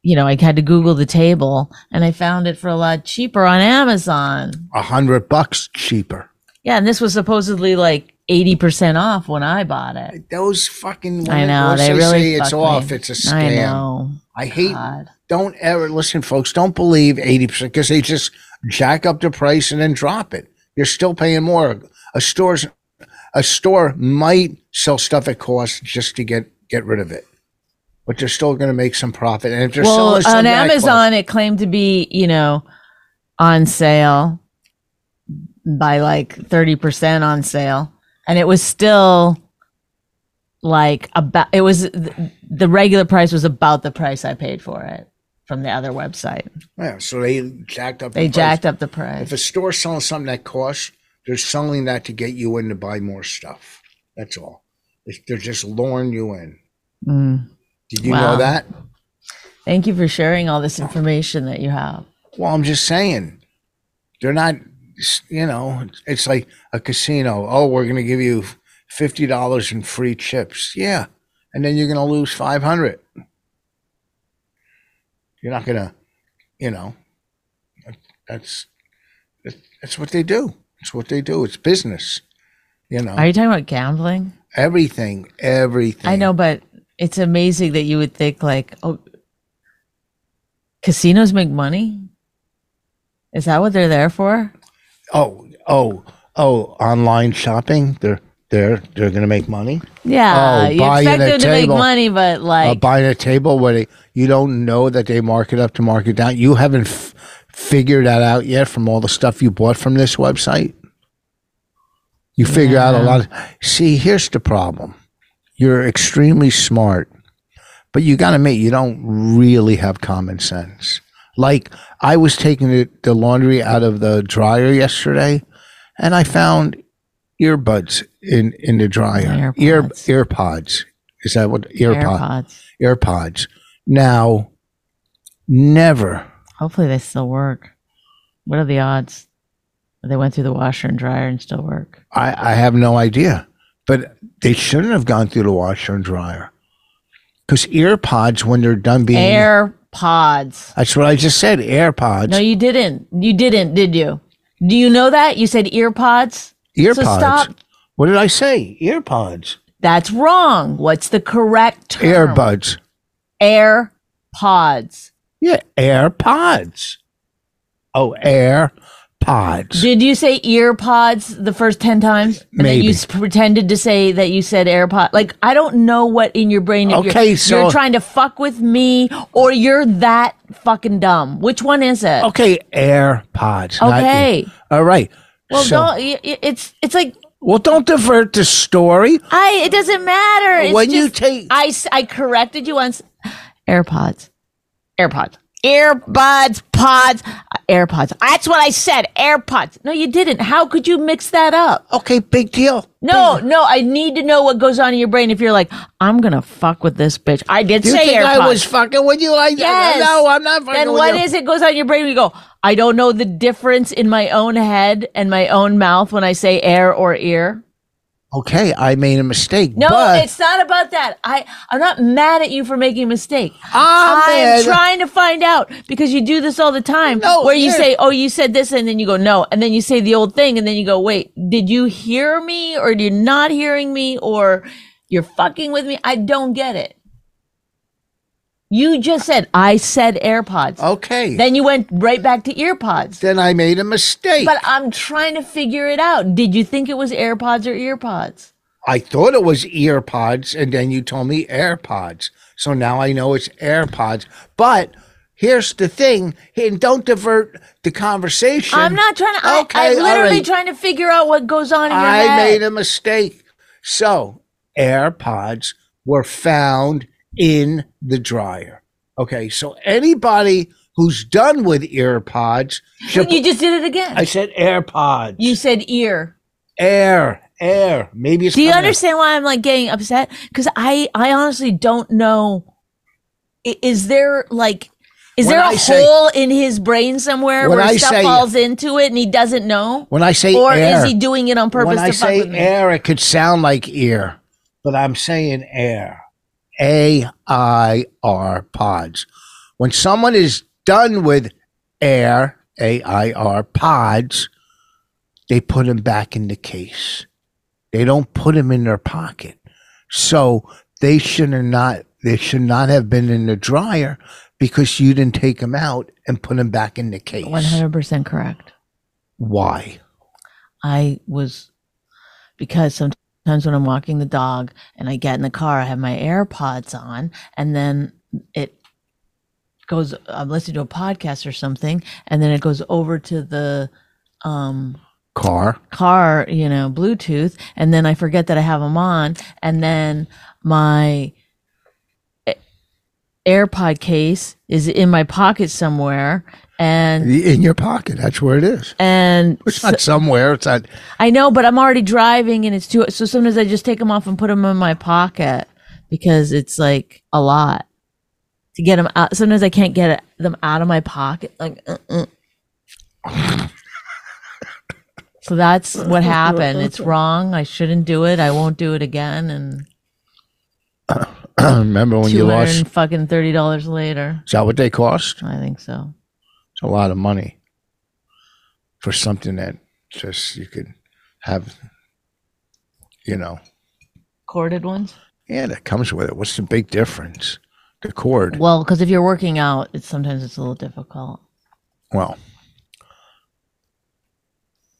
[SPEAKER 3] you know, I had to Google the table, and I found it for a lot cheaper on Amazon.
[SPEAKER 2] a hundred bucks cheaper.
[SPEAKER 3] Yeah, and this was supposedly like eighty percent off when I bought it.
[SPEAKER 2] Those fucking women,
[SPEAKER 3] I know
[SPEAKER 2] once
[SPEAKER 3] they
[SPEAKER 2] they
[SPEAKER 3] really
[SPEAKER 2] say it's
[SPEAKER 3] fucked me.
[SPEAKER 2] off. It's a
[SPEAKER 3] I
[SPEAKER 2] scam.
[SPEAKER 3] know.
[SPEAKER 2] I, hate.
[SPEAKER 3] God.
[SPEAKER 2] Don't ever listen, folks. Don't believe eighty percent because they just jack up the price and then drop it. You're still paying more. A store's a store might sell stuff at cost just to get get rid of it, but they're still going to make some profit. And if they're selling
[SPEAKER 3] Well, on
[SPEAKER 2] something at cost-
[SPEAKER 3] Amazon, it claimed to be you know on sale by like thirty percent on sale, and it was still like about it was th- the regular price was about the price I paid for it from the other website.
[SPEAKER 2] yeah, so they jacked up.
[SPEAKER 3] They
[SPEAKER 2] the price.
[SPEAKER 3] jacked up the
[SPEAKER 2] If
[SPEAKER 3] price.
[SPEAKER 2] a store's selling something at cost, they're selling that to get you in to buy more stuff. That's all. It's- They're just luring you in.
[SPEAKER 3] Mm.
[SPEAKER 2] Did you
[SPEAKER 3] Wow.
[SPEAKER 2] know that?
[SPEAKER 3] Thank you for sharing all this information that you have.
[SPEAKER 2] Well, I'm just saying, they're not. You know, it's like a casino. Oh, we're going to give you fifty dollars in free chips. Yeah, and then you're going to lose five hundred. You're not going to, you know. That's that's what they do. It's what they do. It's business. You know.
[SPEAKER 3] Are you talking about gambling?
[SPEAKER 2] Everything, everything.
[SPEAKER 3] I know, but it's amazing that you would think like, oh, casinos make money. Is that what they're there for?
[SPEAKER 2] Oh, oh, oh! Online shopping. They're they're they're gonna make money.
[SPEAKER 3] Yeah,
[SPEAKER 2] Oh,
[SPEAKER 3] you
[SPEAKER 2] buying
[SPEAKER 3] expect
[SPEAKER 2] a
[SPEAKER 3] them to make
[SPEAKER 2] table.
[SPEAKER 3] money, but
[SPEAKER 2] Uh,
[SPEAKER 3] like,
[SPEAKER 2] buying a table where they, you don't know that they mark it up to mark it down. You haven't f- figured that out yet from all the stuff you bought from this website. You figure out a
[SPEAKER 3] Yeah.
[SPEAKER 2] lot. See, here's the problem. You're extremely smart, but you got to admit you don't really have common sense. Like I was taking the, the laundry out of the dryer yesterday, and I found earbuds in in the dryer. Ear
[SPEAKER 3] Earpods.
[SPEAKER 2] earpods. Is that what earpod
[SPEAKER 3] AirPods.
[SPEAKER 2] earpods? Now, never.
[SPEAKER 3] Hopefully, they still work. What are the odds? They went through the washer and dryer and still work.
[SPEAKER 2] I, I have no idea. But they shouldn't have gone through the washer and dryer. Because earpods, when they're done being,
[SPEAKER 3] AirPods.
[SPEAKER 2] that's what I just said. AirPods,
[SPEAKER 3] No, you didn't. You didn't, did you? Do you know that? You said earpods.
[SPEAKER 2] earpods.
[SPEAKER 3] So stop.
[SPEAKER 2] What did I say? Earpods,
[SPEAKER 3] That's wrong. What's the correct term?
[SPEAKER 2] earbuds.
[SPEAKER 3] air pods.
[SPEAKER 2] Yeah, AirPods. Oh, AirPods.
[SPEAKER 3] Did you say ear pods the first 10 times? And then
[SPEAKER 2] Maybe.
[SPEAKER 3] you s- pretended to say that you said AirPod. Like, I don't know what in your brain. if
[SPEAKER 2] Okay,
[SPEAKER 3] you're,
[SPEAKER 2] so-
[SPEAKER 3] You're trying to fuck with me or you're that fucking dumb. Which one is it?
[SPEAKER 2] okay, AirPods. not
[SPEAKER 3] Okay.
[SPEAKER 2] ear- All right.
[SPEAKER 3] Well,
[SPEAKER 2] So-
[SPEAKER 3] don't. y- y- It's, it's like,
[SPEAKER 2] well, don't divert the story.
[SPEAKER 3] I, it doesn't matter. It's
[SPEAKER 2] when you
[SPEAKER 3] just-
[SPEAKER 2] take,
[SPEAKER 3] I, s- I corrected you once. AirPods. AirPods. Earbuds, pods, uh, AirPods. That's what I said. AirPods. No, you didn't. How could you mix that up?
[SPEAKER 2] okay, big deal.
[SPEAKER 3] No, no, I need to know what goes on in your brain if you're like, I'm gonna fuck with this bitch. I did
[SPEAKER 2] You
[SPEAKER 3] say
[SPEAKER 2] think
[SPEAKER 3] AirPods.
[SPEAKER 2] I was fucking with you? I
[SPEAKER 3] Yes.
[SPEAKER 2] no, I'm not fucking
[SPEAKER 3] then
[SPEAKER 2] with
[SPEAKER 3] what
[SPEAKER 2] you.
[SPEAKER 3] is it goes on in your brain? We go, I don't know the difference in my own head and my own mouth when I say air or ear.
[SPEAKER 2] okay, I made a mistake.
[SPEAKER 3] No,
[SPEAKER 2] but
[SPEAKER 3] it's not about that. I I'm not mad at you for making a mistake.
[SPEAKER 2] I'm
[SPEAKER 3] I'm
[SPEAKER 2] mad-
[SPEAKER 3] trying to find out because you do this all the time
[SPEAKER 2] No,
[SPEAKER 3] where you
[SPEAKER 2] yeah.
[SPEAKER 3] say, Oh, you said this, and then you go, No, and then you say the old thing, and then you go, Wait, did you hear me or you're not hearing me or you're fucking with me? I don't get it. You just said I said AirPods.
[SPEAKER 2] Okay. Then,
[SPEAKER 3] Then you went right back to earpods.
[SPEAKER 2] I made a mistake.
[SPEAKER 3] But I'm trying to figure it out. Did you think it was AirPods or earpods?
[SPEAKER 2] I thought it was earpods, and then you told me AirPods. So now I know it's AirPods. But here's the thing, and don't divert the conversation.
[SPEAKER 3] I'm not trying to. I,
[SPEAKER 2] Okay,
[SPEAKER 3] I'm
[SPEAKER 2] all
[SPEAKER 3] literally
[SPEAKER 2] right.
[SPEAKER 3] trying to figure out what goes on in your
[SPEAKER 2] I
[SPEAKER 3] head.
[SPEAKER 2] made a mistake. So AirPods were found in the dryer. Okay, so anybody who's done with AirPods, should,
[SPEAKER 3] you just did it again.
[SPEAKER 2] I said AirPods.
[SPEAKER 3] you said ear.
[SPEAKER 2] air, air. Maybe it's.
[SPEAKER 3] Do you
[SPEAKER 2] coming out.
[SPEAKER 3] understand why I'm like getting upset? Because I, I honestly don't know. I- Is there like, is
[SPEAKER 2] When
[SPEAKER 3] there a
[SPEAKER 2] I say-
[SPEAKER 3] hole in his brain somewhere
[SPEAKER 2] When
[SPEAKER 3] where
[SPEAKER 2] I
[SPEAKER 3] stuff
[SPEAKER 2] say-
[SPEAKER 3] falls into it and he doesn't know?
[SPEAKER 2] When I say
[SPEAKER 3] or
[SPEAKER 2] air,
[SPEAKER 3] is he doing it on purpose
[SPEAKER 2] when I
[SPEAKER 3] to fuck
[SPEAKER 2] say
[SPEAKER 3] with me?
[SPEAKER 2] air, it could sound like ear, but I'm saying air. A I R pods. When someone is done with air, A I R pods, they put them back in the case. They don't put them in their pocket. So they should have not they should not have been in the dryer because you didn't take them out and put them back in the case.
[SPEAKER 3] 100% correct.
[SPEAKER 2] Why?
[SPEAKER 3] I was because sometimes when I'm walking the dog and I get in the car, I have my AirPods on, and then it goes. I'm listening to a podcast or something, and then it goes over to the um,
[SPEAKER 2] Car.
[SPEAKER 3] car, you know, Bluetooth, and then I forget that I have them on, and then my A- AirPod case is in my pocket somewhere, and
[SPEAKER 2] In your pocket. That's where it is.
[SPEAKER 3] and
[SPEAKER 2] It's not somewhere. It's not.
[SPEAKER 3] I know, but I'm already driving and it's too. So sometimes I just take them off and put them in my pocket because it's like a lot to get them out. Sometimes I can't get it- them out of my pocket. Like, uh, uh. so that's what happened. It's wrong. I shouldn't do it. I won't do it again. And
[SPEAKER 2] Remember when you
[SPEAKER 3] two
[SPEAKER 2] lost?
[SPEAKER 3] hundred fucking thirty dollars later,
[SPEAKER 2] Is that what they cost?
[SPEAKER 3] I think so.
[SPEAKER 2] It's a lot of money for something that just you could have. You know,
[SPEAKER 3] Corded ones.
[SPEAKER 2] yeah, that comes with it. What's the big difference? The cord.
[SPEAKER 3] Well, because if you're working out, it's sometimes it's a little difficult.
[SPEAKER 2] Well,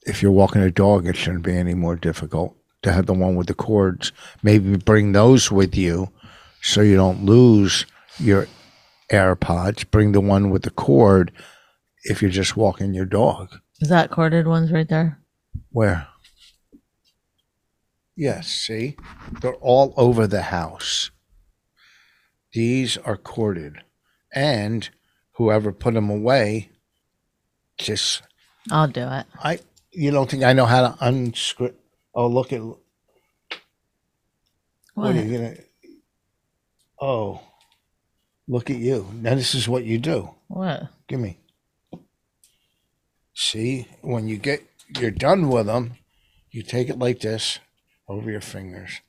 [SPEAKER 2] if you're walking a dog, it shouldn't be any more difficult to have the one with the cords. Maybe bring those with you so you don't lose your AirPods. Bring the one with the cord if you're just walking your dog.
[SPEAKER 3] Is that corded ones right there?
[SPEAKER 2] Where? Yes, see? They're all over the house. These are corded. And whoever put them away just
[SPEAKER 3] I'll do it.
[SPEAKER 2] I you don't think I know how to unscrew Oh, look at what,
[SPEAKER 3] What?
[SPEAKER 2] are you going to Oh. Look at you. Now this is what you do.
[SPEAKER 3] What?
[SPEAKER 2] Give me. See, when you get you're done with them, you take it like this over your fingers,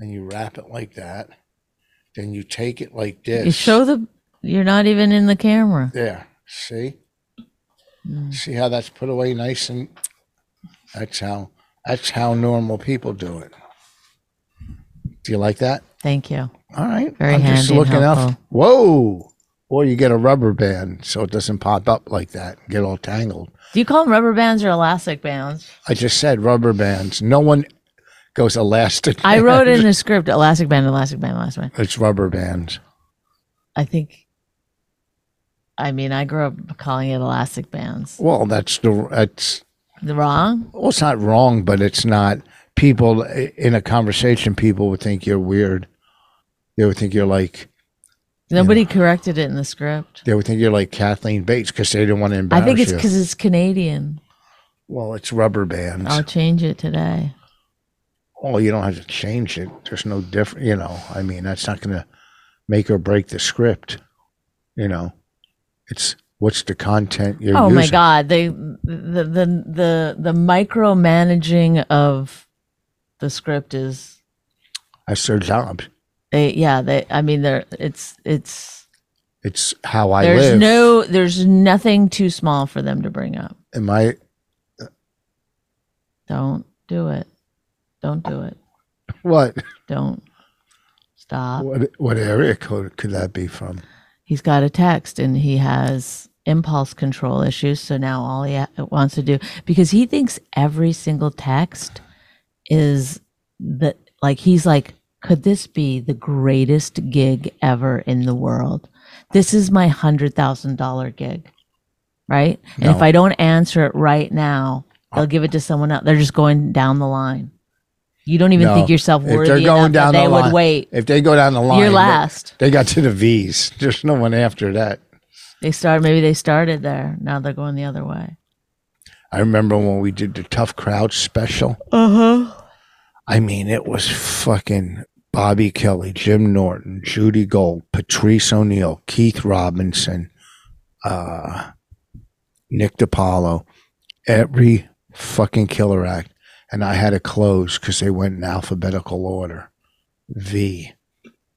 [SPEAKER 2] and you wrap it like that. Then you take it like this.
[SPEAKER 3] You show the. You're not even in the camera.
[SPEAKER 2] there. See,
[SPEAKER 3] Mm.
[SPEAKER 2] see how that's put away nice and that's how that's how normal people do it. Do you like that?
[SPEAKER 3] Thank you.
[SPEAKER 2] All right.
[SPEAKER 3] Very
[SPEAKER 2] I'm just
[SPEAKER 3] handy and
[SPEAKER 2] looking out.
[SPEAKER 3] helpful.
[SPEAKER 2] Whoa. Or you get a rubber band so it doesn't pop up like that, and get all tangled.
[SPEAKER 3] Do you call them rubber bands or elastic bands?
[SPEAKER 2] I just said rubber bands. No one goes elastic.
[SPEAKER 3] I
[SPEAKER 2] band.
[SPEAKER 3] wrote in the script elastic band, elastic band, elastic band.
[SPEAKER 2] It's rubber bands.
[SPEAKER 3] I think. I mean, I grew up calling it elastic bands.
[SPEAKER 2] Well, that's the that's
[SPEAKER 3] The wrong?
[SPEAKER 2] well, it's not wrong, but it's not people i- in a conversation. People would think you're weird. They would think you're like
[SPEAKER 3] Nobody corrected it in the script.
[SPEAKER 2] they would think you're like Kathleen Bates because they didn't want to
[SPEAKER 3] I
[SPEAKER 2] embarrass
[SPEAKER 3] think it's
[SPEAKER 2] you.
[SPEAKER 3] because it's Canadian.
[SPEAKER 2] well, it's rubber bands.
[SPEAKER 3] I'll change it today.
[SPEAKER 2] well, you don't have to change it. There's no different. You know, I mean, that's not going to make or break the script. You know, it's what's the content you're
[SPEAKER 3] oh
[SPEAKER 2] using.
[SPEAKER 3] my god they the, the the the micromanaging of the script is
[SPEAKER 2] That's their job.
[SPEAKER 3] they yeah they i mean they're it's it's
[SPEAKER 2] It's how I
[SPEAKER 3] there's
[SPEAKER 2] live.
[SPEAKER 3] no there's nothing too small for them to bring up
[SPEAKER 2] Am I?
[SPEAKER 3] don't do it don't do it
[SPEAKER 2] What?
[SPEAKER 3] don't Stop.
[SPEAKER 2] What, what area code could that be from?
[SPEAKER 3] He's got a text and he has impulse control issues. So now all he ha- wants to do, because he thinks every single text is the, like, he's like, could this be the greatest gig ever in the world? This is my $100,000 gig, right? And if
[SPEAKER 2] No.
[SPEAKER 3] I don't answer it right now, they'll give it to someone else. They're just going down the line. You don't even
[SPEAKER 2] No.
[SPEAKER 3] think yourself
[SPEAKER 2] If
[SPEAKER 3] worthy
[SPEAKER 2] they're
[SPEAKER 3] enough
[SPEAKER 2] going
[SPEAKER 3] that
[SPEAKER 2] down
[SPEAKER 3] they
[SPEAKER 2] the
[SPEAKER 3] would
[SPEAKER 2] line,
[SPEAKER 3] wait.
[SPEAKER 2] If they go down the line,
[SPEAKER 3] You're
[SPEAKER 2] they-
[SPEAKER 3] last.
[SPEAKER 2] They got to the V's. There's no one after that.
[SPEAKER 3] They started, maybe they started there. Now they're going the other way.
[SPEAKER 2] I remember when we did the Tough Crowd special.
[SPEAKER 3] Uh huh.
[SPEAKER 2] I mean, it was fucking Bobby Kelly, Jim Norton, Judy Gold, Patrice O'Neill, Keith Robinson, uh, Nick DiPaolo, every fucking killer act. And I had to close because they went in alphabetical order. V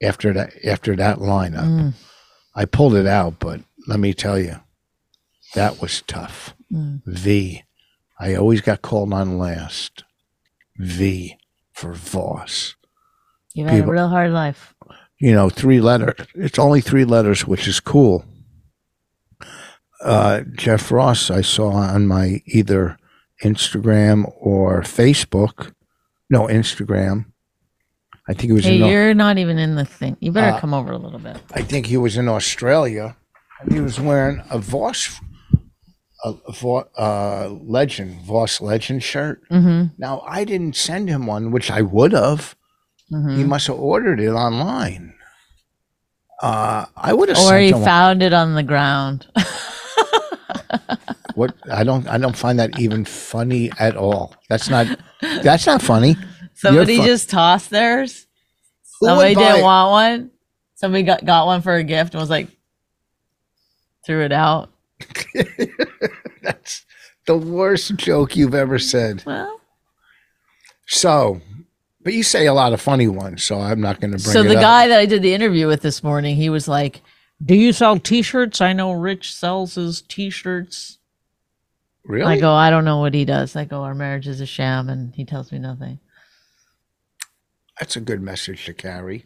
[SPEAKER 2] after that after that lineup.
[SPEAKER 3] Mm,
[SPEAKER 2] I pulled it out, but let me tell you, that was tough.
[SPEAKER 3] mm.
[SPEAKER 2] V. I always got called on last. V for Voss.
[SPEAKER 3] You've had a
[SPEAKER 2] People-
[SPEAKER 3] real hard life.
[SPEAKER 2] You know, three letters. It's only three letters, which is cool. Uh, Jeff Ross, I saw on my either Instagram or Facebook. No, Instagram. I think he was
[SPEAKER 3] Hey,
[SPEAKER 2] in. Au-
[SPEAKER 3] you're not even in the thing. You better
[SPEAKER 2] Uh,
[SPEAKER 3] come over a little bit.
[SPEAKER 2] I think he was in Australia. And he was wearing a Voss, a, Vo- uh, legend, Voss legend shirt.
[SPEAKER 3] Mm-hmm.
[SPEAKER 2] Now I didn't send him one, which I would have. He
[SPEAKER 3] mm-hmm.
[SPEAKER 2] must have ordered it online. Uh, I would have
[SPEAKER 3] Or
[SPEAKER 2] sent
[SPEAKER 3] he
[SPEAKER 2] him one.
[SPEAKER 3] found it on the ground.
[SPEAKER 2] what I don't I don't find that even funny at all. That's not that's not funny.
[SPEAKER 3] Somebody
[SPEAKER 2] fu-
[SPEAKER 3] just tossed theirs.
[SPEAKER 2] Who would
[SPEAKER 3] Somebody
[SPEAKER 2] buy
[SPEAKER 3] Oh, didn't
[SPEAKER 2] it?
[SPEAKER 3] want one. Somebody got, got one for a gift and was like, threw it out.
[SPEAKER 2] That's the worst joke you've ever said.
[SPEAKER 3] Well,
[SPEAKER 2] So, but you say a lot of funny ones, so I'm not going to bring
[SPEAKER 3] so
[SPEAKER 2] it
[SPEAKER 3] the
[SPEAKER 2] up.
[SPEAKER 3] guy that I did the interview with this morning, he was like, "Do you sell T-shirts? I know Rich sells his T-shirts."
[SPEAKER 2] really?
[SPEAKER 3] I go, "I don't know what he does." I go, "Our marriage is a sham," and he tells me nothing.
[SPEAKER 2] That's a good message to carry.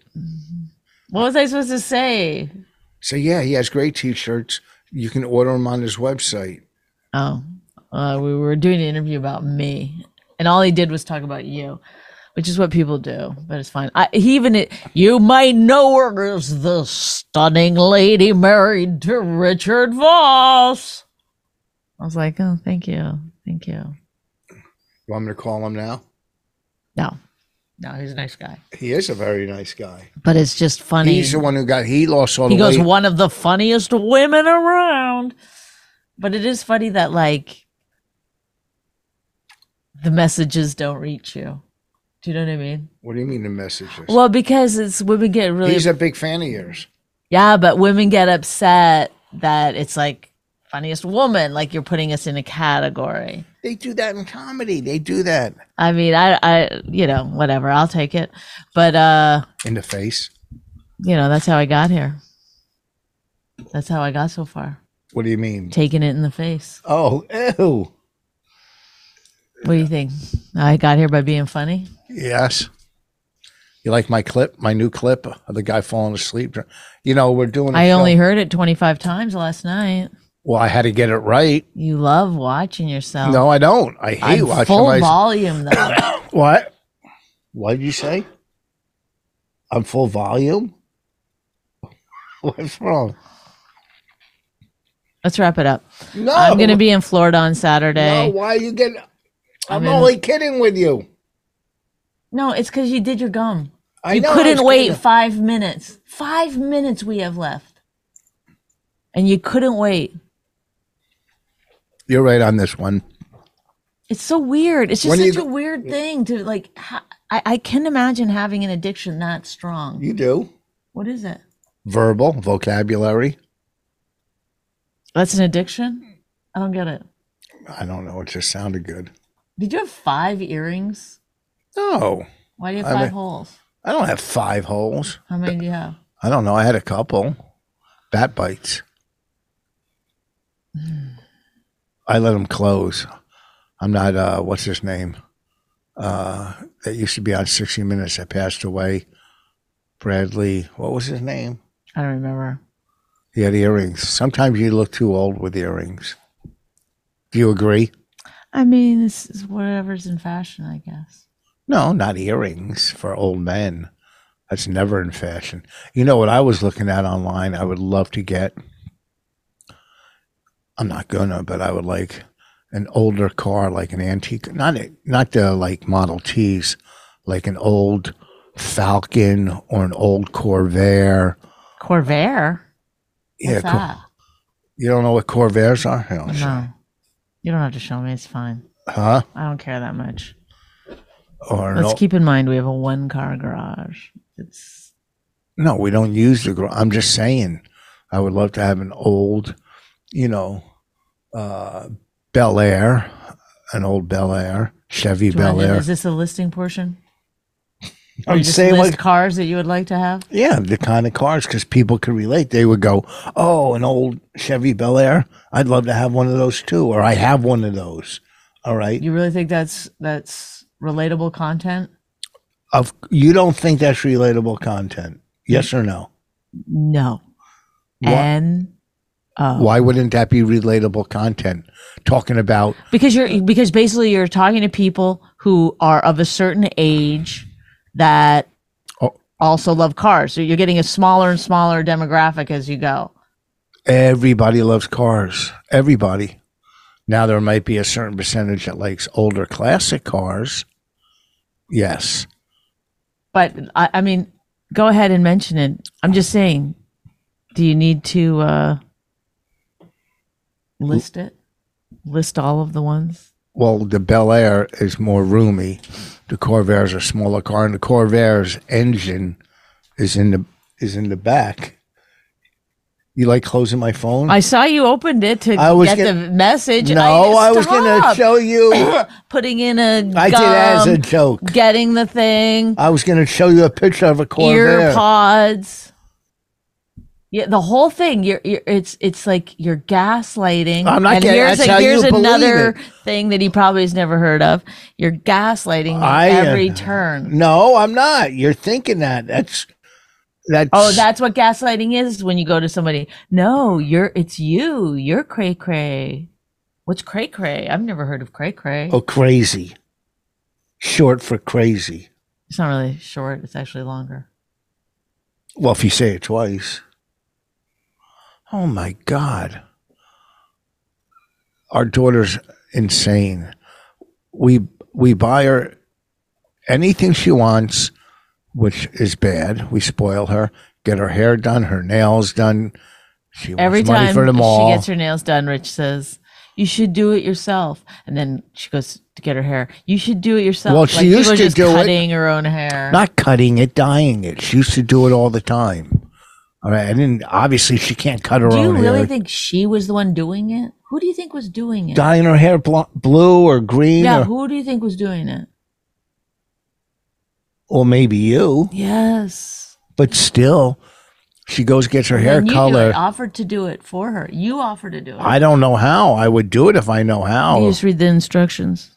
[SPEAKER 3] What was I supposed to say?
[SPEAKER 2] So yeah, he has great T-shirts. You can order them on his website.
[SPEAKER 3] Oh, uh, we were doing an interview about me, and all he did was talk about you, which is what people do, but it's fine. I, he even you might know her as the stunning lady married to Richard Voss. I was like, "Oh, thank you, thank you."
[SPEAKER 2] You want me to call him now?
[SPEAKER 3] No, no, he's a nice guy.
[SPEAKER 2] He is a very nice guy.
[SPEAKER 3] But it's just funny.
[SPEAKER 2] He's the one who got he lost all
[SPEAKER 3] he
[SPEAKER 2] the
[SPEAKER 3] goes,
[SPEAKER 2] weight.
[SPEAKER 3] one of the funniest women around. But it is funny that, like, the messages don't reach you. Do you know what I mean?
[SPEAKER 2] What do you mean the messages?
[SPEAKER 3] Well, because it's women get really.
[SPEAKER 2] He's a big fan of yours.
[SPEAKER 3] yeah, but women get upset that it's like funniest woman, like you're putting us in a category.
[SPEAKER 2] They do that in comedy. They do that
[SPEAKER 3] I mean, I, I, you know, whatever, I'll take it. But, uh,
[SPEAKER 2] in the face.
[SPEAKER 3] you know, that's how I got here. That's how I got so far.
[SPEAKER 2] What do you mean?
[SPEAKER 3] Taking it in the face.
[SPEAKER 2] Oh, ew.
[SPEAKER 3] What do you think? I got here by being funny.
[SPEAKER 2] Yes. You like my clip, my new clip of the guy falling asleep? You know, we're doing. a
[SPEAKER 3] I
[SPEAKER 2] show.
[SPEAKER 3] only heard it 25 times last night.
[SPEAKER 2] Well, I had to get it right.
[SPEAKER 3] You love watching yourself.
[SPEAKER 2] No, I don't. I hate
[SPEAKER 3] Oh. I'm
[SPEAKER 2] watching
[SPEAKER 3] full
[SPEAKER 2] myself.
[SPEAKER 3] volume though.
[SPEAKER 2] What? What did you say? I'm full volume? What's wrong?
[SPEAKER 3] Let's wrap it up.
[SPEAKER 2] No.
[SPEAKER 3] I'm going to be in Florida on Saturday.
[SPEAKER 2] No, why are you getting. I'm
[SPEAKER 3] I'm in-
[SPEAKER 2] only kidding with you.
[SPEAKER 3] No, it's because you did your gum.
[SPEAKER 2] I
[SPEAKER 3] you
[SPEAKER 2] know I was
[SPEAKER 3] couldn't wait
[SPEAKER 2] kidding.
[SPEAKER 3] five minutes. Five minutes we have left. And you couldn't wait.
[SPEAKER 2] You're right on this one.
[SPEAKER 3] It's so weird. It's just
[SPEAKER 2] When are you
[SPEAKER 3] such a
[SPEAKER 2] go-
[SPEAKER 3] weird thing to like. Ha- I, I can imagine having an addiction that strong.
[SPEAKER 2] You do.
[SPEAKER 3] What is it?
[SPEAKER 2] Verbal, vocabulary.
[SPEAKER 3] That's an addiction? I don't get it.
[SPEAKER 2] I don't know. It just sounded good.
[SPEAKER 3] Did you have five earrings?
[SPEAKER 2] No,
[SPEAKER 3] Why do you have
[SPEAKER 2] I
[SPEAKER 3] five
[SPEAKER 2] mean-
[SPEAKER 3] holes?
[SPEAKER 2] I don't have five holes.
[SPEAKER 3] How many do you have?
[SPEAKER 2] I don't know. I had a couple bat bites. I let them close. I'm not, uh, what's his name? Uh, that used to be on 60 Minutes that passed away. Bradley. What was his name?
[SPEAKER 3] I don't remember.
[SPEAKER 2] He had earrings. Sometimes you look too old with earrings. Do you agree?
[SPEAKER 3] I mean, this is whatever's in fashion, I guess.
[SPEAKER 2] No, not earrings for old men. That's never in fashion. You know what I was looking at online? I would love to get. I'm not gonna, but I would like an older car, like an antique, not a, not the like Model Ts, like an old Falcon or an old Corvair.
[SPEAKER 3] Corvair. What's
[SPEAKER 2] Yeah, Cor-
[SPEAKER 3] that?
[SPEAKER 2] you don't know what Corvairs are? Hell,
[SPEAKER 3] No, you don't have to show me. It's fine.
[SPEAKER 2] Huh?
[SPEAKER 3] I don't care that much.
[SPEAKER 2] Or an
[SPEAKER 3] Let's
[SPEAKER 2] ol-
[SPEAKER 3] keep in mind we have a one-car garage. It's
[SPEAKER 2] No, we don't use the garage. I'm just saying, I would love to have an old, you know, uh, Bel Air, an old Bel Air, Chevy
[SPEAKER 3] do you wanna
[SPEAKER 2] Bel
[SPEAKER 3] do-
[SPEAKER 2] Air.
[SPEAKER 3] Is this a listing portion? Or
[SPEAKER 2] I'm
[SPEAKER 3] just
[SPEAKER 2] saying,
[SPEAKER 3] list
[SPEAKER 2] like,
[SPEAKER 3] cars that you would like to have.
[SPEAKER 2] yeah, the kind of cars because people could relate. They would go, "Oh, an old Chevy Bel Air. I'd love to have one of those too, or I have one of those." All right,
[SPEAKER 3] You really think that's that's relatable content?
[SPEAKER 2] of you don't think that's relatable content? Yes or no?
[SPEAKER 3] No.
[SPEAKER 2] Why-
[SPEAKER 3] And oh.
[SPEAKER 2] Why wouldn't that be relatable content? Talking about
[SPEAKER 3] because you're because basically you're talking to people who are of a certain age that
[SPEAKER 2] Oh.
[SPEAKER 3] also love cars. So you're getting a smaller and smaller demographic as you go.
[SPEAKER 2] Everybody loves cars. Everybody. Now there might be a certain percentage that likes older classic cars. Yes.
[SPEAKER 3] But I, I mean, go ahead and mention it. I'm just saying, do you need to uh, list it? List all of the ones?
[SPEAKER 2] Well, the Bel Air is more roomy. The Corvair's a smaller car, and the Corvair's engine is in the is in the back. You like closing my phone?
[SPEAKER 3] I saw you opened it to
[SPEAKER 2] I was
[SPEAKER 3] get
[SPEAKER 2] gonna-
[SPEAKER 3] the message.
[SPEAKER 2] no, I, was going to
[SPEAKER 3] stop
[SPEAKER 2] show you. I
[SPEAKER 3] putting in a
[SPEAKER 2] did as a
[SPEAKER 3] gum,
[SPEAKER 2] joke.
[SPEAKER 3] getting the thing.
[SPEAKER 2] I was going to show you a picture of a Corvair.
[SPEAKER 3] ear pods. Yeah, the whole thing. You're, you're it's it's like you're gaslighting.
[SPEAKER 2] I'm not
[SPEAKER 3] and
[SPEAKER 2] getting-
[SPEAKER 3] here's,
[SPEAKER 2] that's how you
[SPEAKER 3] here's
[SPEAKER 2] believe
[SPEAKER 3] another thing that he probably has never heard of. You're gaslighting at
[SPEAKER 2] I, uh,
[SPEAKER 3] every turn.
[SPEAKER 2] No, I'm not. You're thinking that. That's that's
[SPEAKER 3] Oh, that's what gaslighting is when you go to somebody. No, you're it's you. You're cray cray. What's cray cray? I've never heard of cray cray.
[SPEAKER 2] oh crazy. Short for crazy.
[SPEAKER 3] It's not really short. It's actually longer.
[SPEAKER 2] Well, if you say it twice. Oh my God. Our daughter's insane. We we buy her anything she wants, which is bad. We spoil her. Get her hair done, her nails done. She wants
[SPEAKER 3] Every
[SPEAKER 2] money
[SPEAKER 3] time
[SPEAKER 2] for them all.
[SPEAKER 3] she gets her nails done, Rich says, "You should do it yourself." And then she goes to get her hair. You should do it yourself.
[SPEAKER 2] Well, she
[SPEAKER 3] people
[SPEAKER 2] used
[SPEAKER 3] are
[SPEAKER 2] to
[SPEAKER 3] just
[SPEAKER 2] do it.
[SPEAKER 3] cutting her own hair.
[SPEAKER 2] not cutting it, dyeing it. She used to do it all the time. All right, and then obviously she can't cut her
[SPEAKER 3] do you
[SPEAKER 2] own
[SPEAKER 3] really
[SPEAKER 2] hair.
[SPEAKER 3] think she was the one doing it? Who do you think was doing it?
[SPEAKER 2] dyeing her hair bl- blue or green,
[SPEAKER 3] yeah,
[SPEAKER 2] or,
[SPEAKER 3] who do you think was doing it?
[SPEAKER 2] or maybe you,
[SPEAKER 3] Yes.
[SPEAKER 2] but still, she goes gets her hair
[SPEAKER 3] And you do
[SPEAKER 2] color.
[SPEAKER 3] it, offered to do it for her. You offered to do it.
[SPEAKER 2] I don't know how. I would do it if I know how.
[SPEAKER 3] You just read the instructions.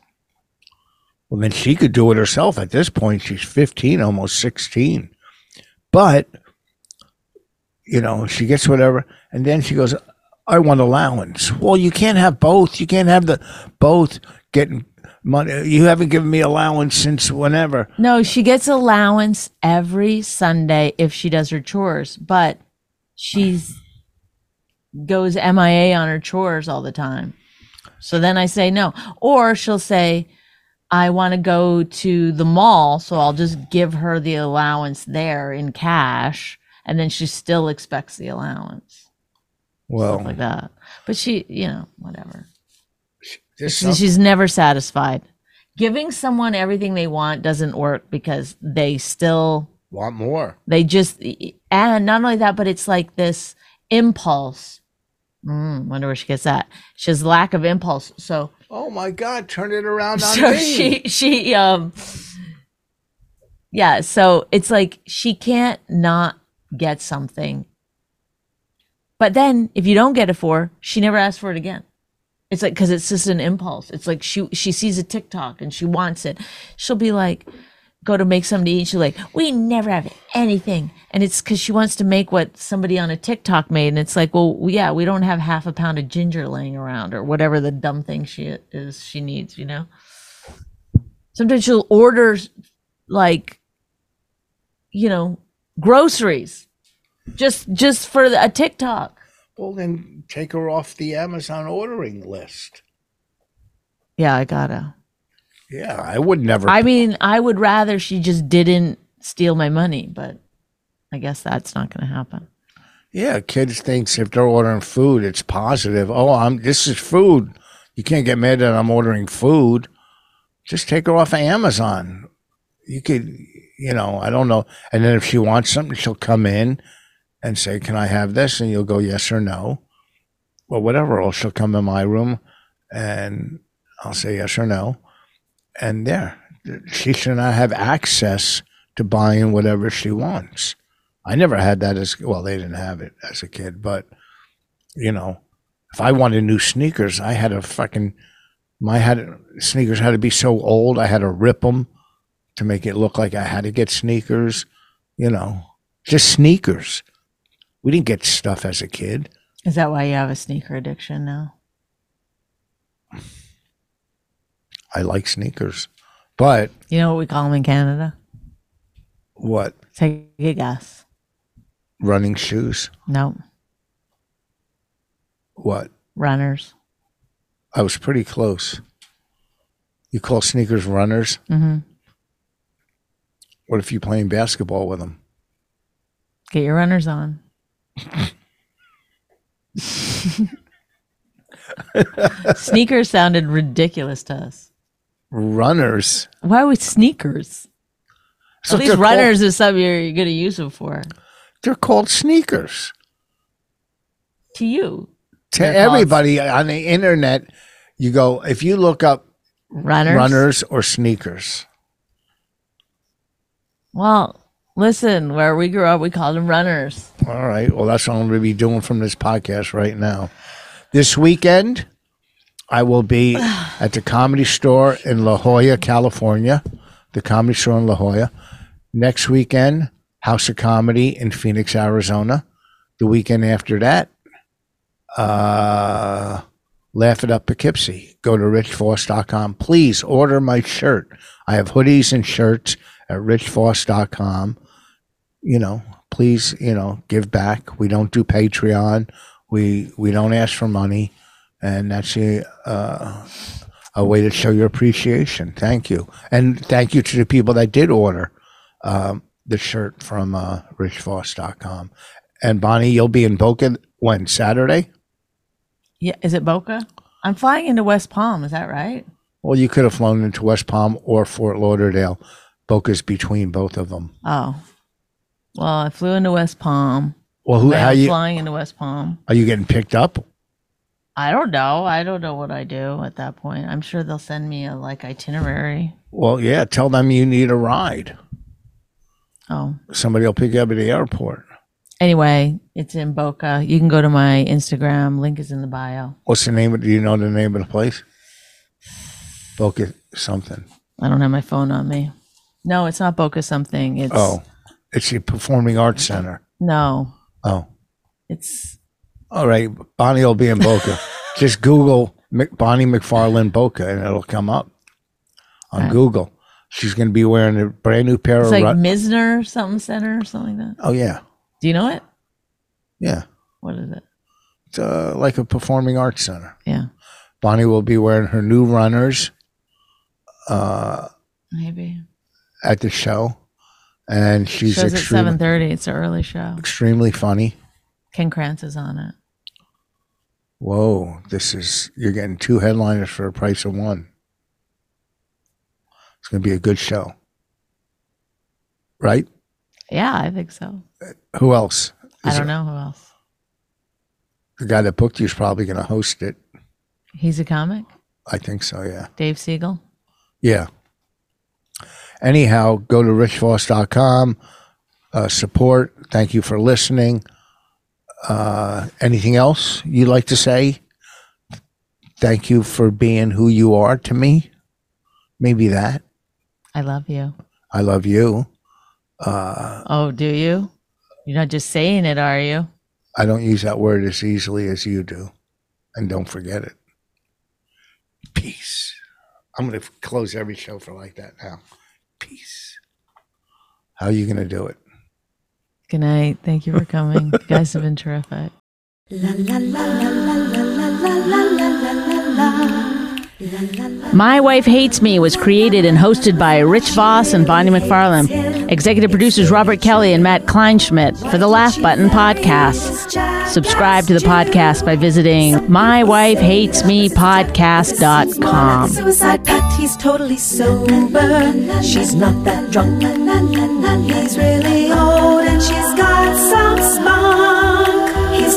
[SPEAKER 2] Well, then she could do it herself at this point. She's 15, almost 16. But, you know, she gets whatever. And then she goes, I want allowance. Well, you can't have both. You can't have the both getting money. You haven't given me allowance since whenever.
[SPEAKER 3] No, she gets allowance every Sunday if she does her chores, but she's goes MIA on her chores all the time. So then I say no. Or she'll say, I want to go to the mall, so I'll just give her the allowance there in cash. And then she still expects the allowance, stuff
[SPEAKER 2] Well,
[SPEAKER 3] like that. But she, you know, whatever.
[SPEAKER 2] this
[SPEAKER 3] So she's never satisfied. Giving someone everything they want doesn't work because they still
[SPEAKER 2] want more.
[SPEAKER 3] they just and not only that, but it's like this impulse. Mm, wonder where she gets that. She has lack of impulse. So
[SPEAKER 2] Oh my God, turn it around on
[SPEAKER 3] so
[SPEAKER 2] me.
[SPEAKER 3] she she um yeah, so it's like she can't not get something. But then if you don't get it for, her, she never asks for it again. It's like cuz it's just an impulse. It's like she she sees a TikTok and she wants it. She'll be like go to make something to eat, she's like, "We never have anything," and it's because she wants to make what somebody on a TikTok made, and it's like, "Well, yeah, we don't have half a pound of ginger laying around, or whatever the dumb thing she is she needs," you know. Sometimes she'll order, like, you know, groceries, just just for the- a TikTok.
[SPEAKER 2] Well, then take her off the Amazon ordering list.
[SPEAKER 3] Yeah, I gotta.
[SPEAKER 2] Yeah, I would never.
[SPEAKER 3] I mean, I would rather she just didn't steal my money, but I guess that's not going to happen.
[SPEAKER 2] yeah, kids thinks if they're ordering food, it's positive. Oh, I'm this is food. You can't get mad that I'm ordering food. Just take her off of Amazon. You could, you know, I don't know. And then if she wants something, she'll come in and say, "Can I have this?" And you'll go yes or no, or whatever. Or she'll come in my room, and I'll say yes or no. And there, she should not have access to buying whatever she wants. I never had that as well. They didn't have it as a kid, but you know, if I wanted new sneakers, I had a fucking my had sneakers had to be so old. I had to rip them to make it look like I had to get sneakers. You know, just sneakers. We didn't get stuff as a kid.
[SPEAKER 3] Is that why you have a sneaker addiction now?
[SPEAKER 2] I like sneakers, but
[SPEAKER 3] You know what we call them in Canada?
[SPEAKER 2] what
[SPEAKER 3] Take a guess.
[SPEAKER 2] running shoes?
[SPEAKER 3] Nope.
[SPEAKER 2] What
[SPEAKER 3] Runners.
[SPEAKER 2] I was pretty close. You call sneakers runners?
[SPEAKER 3] Mm-hmm.
[SPEAKER 2] What if you're playing basketball with them?
[SPEAKER 3] Get your runners on. sneakers sounded ridiculous to us.
[SPEAKER 2] Runners.
[SPEAKER 3] Why would sneakers?
[SPEAKER 2] So
[SPEAKER 3] At least
[SPEAKER 2] they're
[SPEAKER 3] runners is something you're, you're going to use them for.
[SPEAKER 2] Called, they're called sneakers.
[SPEAKER 3] To you,
[SPEAKER 2] To
[SPEAKER 3] They're called-
[SPEAKER 2] everybody on the internet, you go, if you look up
[SPEAKER 3] runners.
[SPEAKER 2] runners, or sneakers,
[SPEAKER 3] Well, listen, where we grew up, we called them runners.
[SPEAKER 2] all right. Well, that's what I'm going to be doing from this podcast right now. This weekend, I will be at the comedy store in La Jolla, California. The comedy store in La Jolla. Next weekend, House of Comedy in Phoenix, Arizona. The weekend after that, uh, Laugh It Up Poughkeepsie. Go to richforce.com. Please order my shirt. I have hoodies and shirts at richforce.com. You know, please, you know, give back. We don't do Patreon. We we don't ask for money, and that's a uh, a way to show your appreciation. Thank you, and thank you to the people that did order um, the shirt from uh, richfoss.com. And Bonnie, you'll be in Boca when Saturday.
[SPEAKER 3] Yeah, is it Boca? I'm flying into West Palm. Is that right?
[SPEAKER 2] Well, you could have flown into West Palm or Fort Lauderdale. Boca's between both of them.
[SPEAKER 3] Oh, well, I flew into West Palm.
[SPEAKER 2] Well, who?
[SPEAKER 3] I
[SPEAKER 2] How
[SPEAKER 3] am
[SPEAKER 2] you?
[SPEAKER 3] flying into West Palm.
[SPEAKER 2] Are you getting picked up?
[SPEAKER 3] I don't know. I don't know what I do at that point. I'm sure they'll send me a like itinerary.
[SPEAKER 2] Well, yeah. Tell them you need a ride.
[SPEAKER 3] Oh,
[SPEAKER 2] Somebody will pick you up at the airport.
[SPEAKER 3] anyway, it's in Boca. You can go to my Instagram. Link is in the bio.
[SPEAKER 2] What's the name? Of, do you know the name of the place? Boca something.
[SPEAKER 3] I don't have my phone on me. No, it's not Boca something. It's
[SPEAKER 2] Oh, it's the Performing Arts Center.
[SPEAKER 3] no,
[SPEAKER 2] Oh,
[SPEAKER 3] it's
[SPEAKER 2] all right. Bonnie will be in Boca. Just Google Mc, Bonnie McFarland Boca, and it'll come up on
[SPEAKER 3] Right.
[SPEAKER 2] Google. She's going to be wearing a brand new pair
[SPEAKER 3] it's
[SPEAKER 2] of.
[SPEAKER 3] like
[SPEAKER 2] ru-
[SPEAKER 3] Misner or something center or something like that.
[SPEAKER 2] oh yeah,
[SPEAKER 3] Do you know it?
[SPEAKER 2] yeah.
[SPEAKER 3] What is it?
[SPEAKER 2] It's uh, like a performing arts center.
[SPEAKER 3] Yeah,
[SPEAKER 2] Bonnie will be wearing her new runners uh,
[SPEAKER 3] maybe.
[SPEAKER 2] at the show, and she's
[SPEAKER 3] Shows at seven
[SPEAKER 2] extremely,
[SPEAKER 3] thirty. It's an early show.
[SPEAKER 2] extremely funny.
[SPEAKER 3] Ken Krantz is on it.
[SPEAKER 2] Whoa, this is you're getting two headliners for a price of one. It's going to be a good show, right?
[SPEAKER 3] Yeah, I think so.
[SPEAKER 2] Who else?
[SPEAKER 3] I
[SPEAKER 2] Is
[SPEAKER 3] don't
[SPEAKER 2] it-
[SPEAKER 3] know who else.
[SPEAKER 2] The guy that booked you is probably going to host it.
[SPEAKER 3] He's a comic.
[SPEAKER 2] I think so. Yeah.
[SPEAKER 3] Dave Siegel.
[SPEAKER 2] Yeah. Anyhow, go to richvoss.com. Uh, support. Thank you for listening. Uh, anything else you'd like to say? Thank you for being who you are to me. Maybe that.
[SPEAKER 3] I love you.
[SPEAKER 2] I love you. Uh,
[SPEAKER 3] Oh, do you? You're not just saying it, are you?
[SPEAKER 2] I don't use that word as easily as you do. And don't forget it. Peace. I'm going to close every show for like that now. Peace. How are you going to do it?
[SPEAKER 3] Good night. Thank you for coming. you guys have been terrific. My Wife Hates Me was created and hosted by Rich Voss and Bonnie McFarlane. Executive producers Robert Kelly and Matt Kleinschmidt for the Laugh Button podcast. Subscribe to the podcast by visiting mywifehatesmepodcast.com.
[SPEAKER 1] Suicide pact, he's totally sober. She's not that drunk. He's really old and she's got some spunk. He's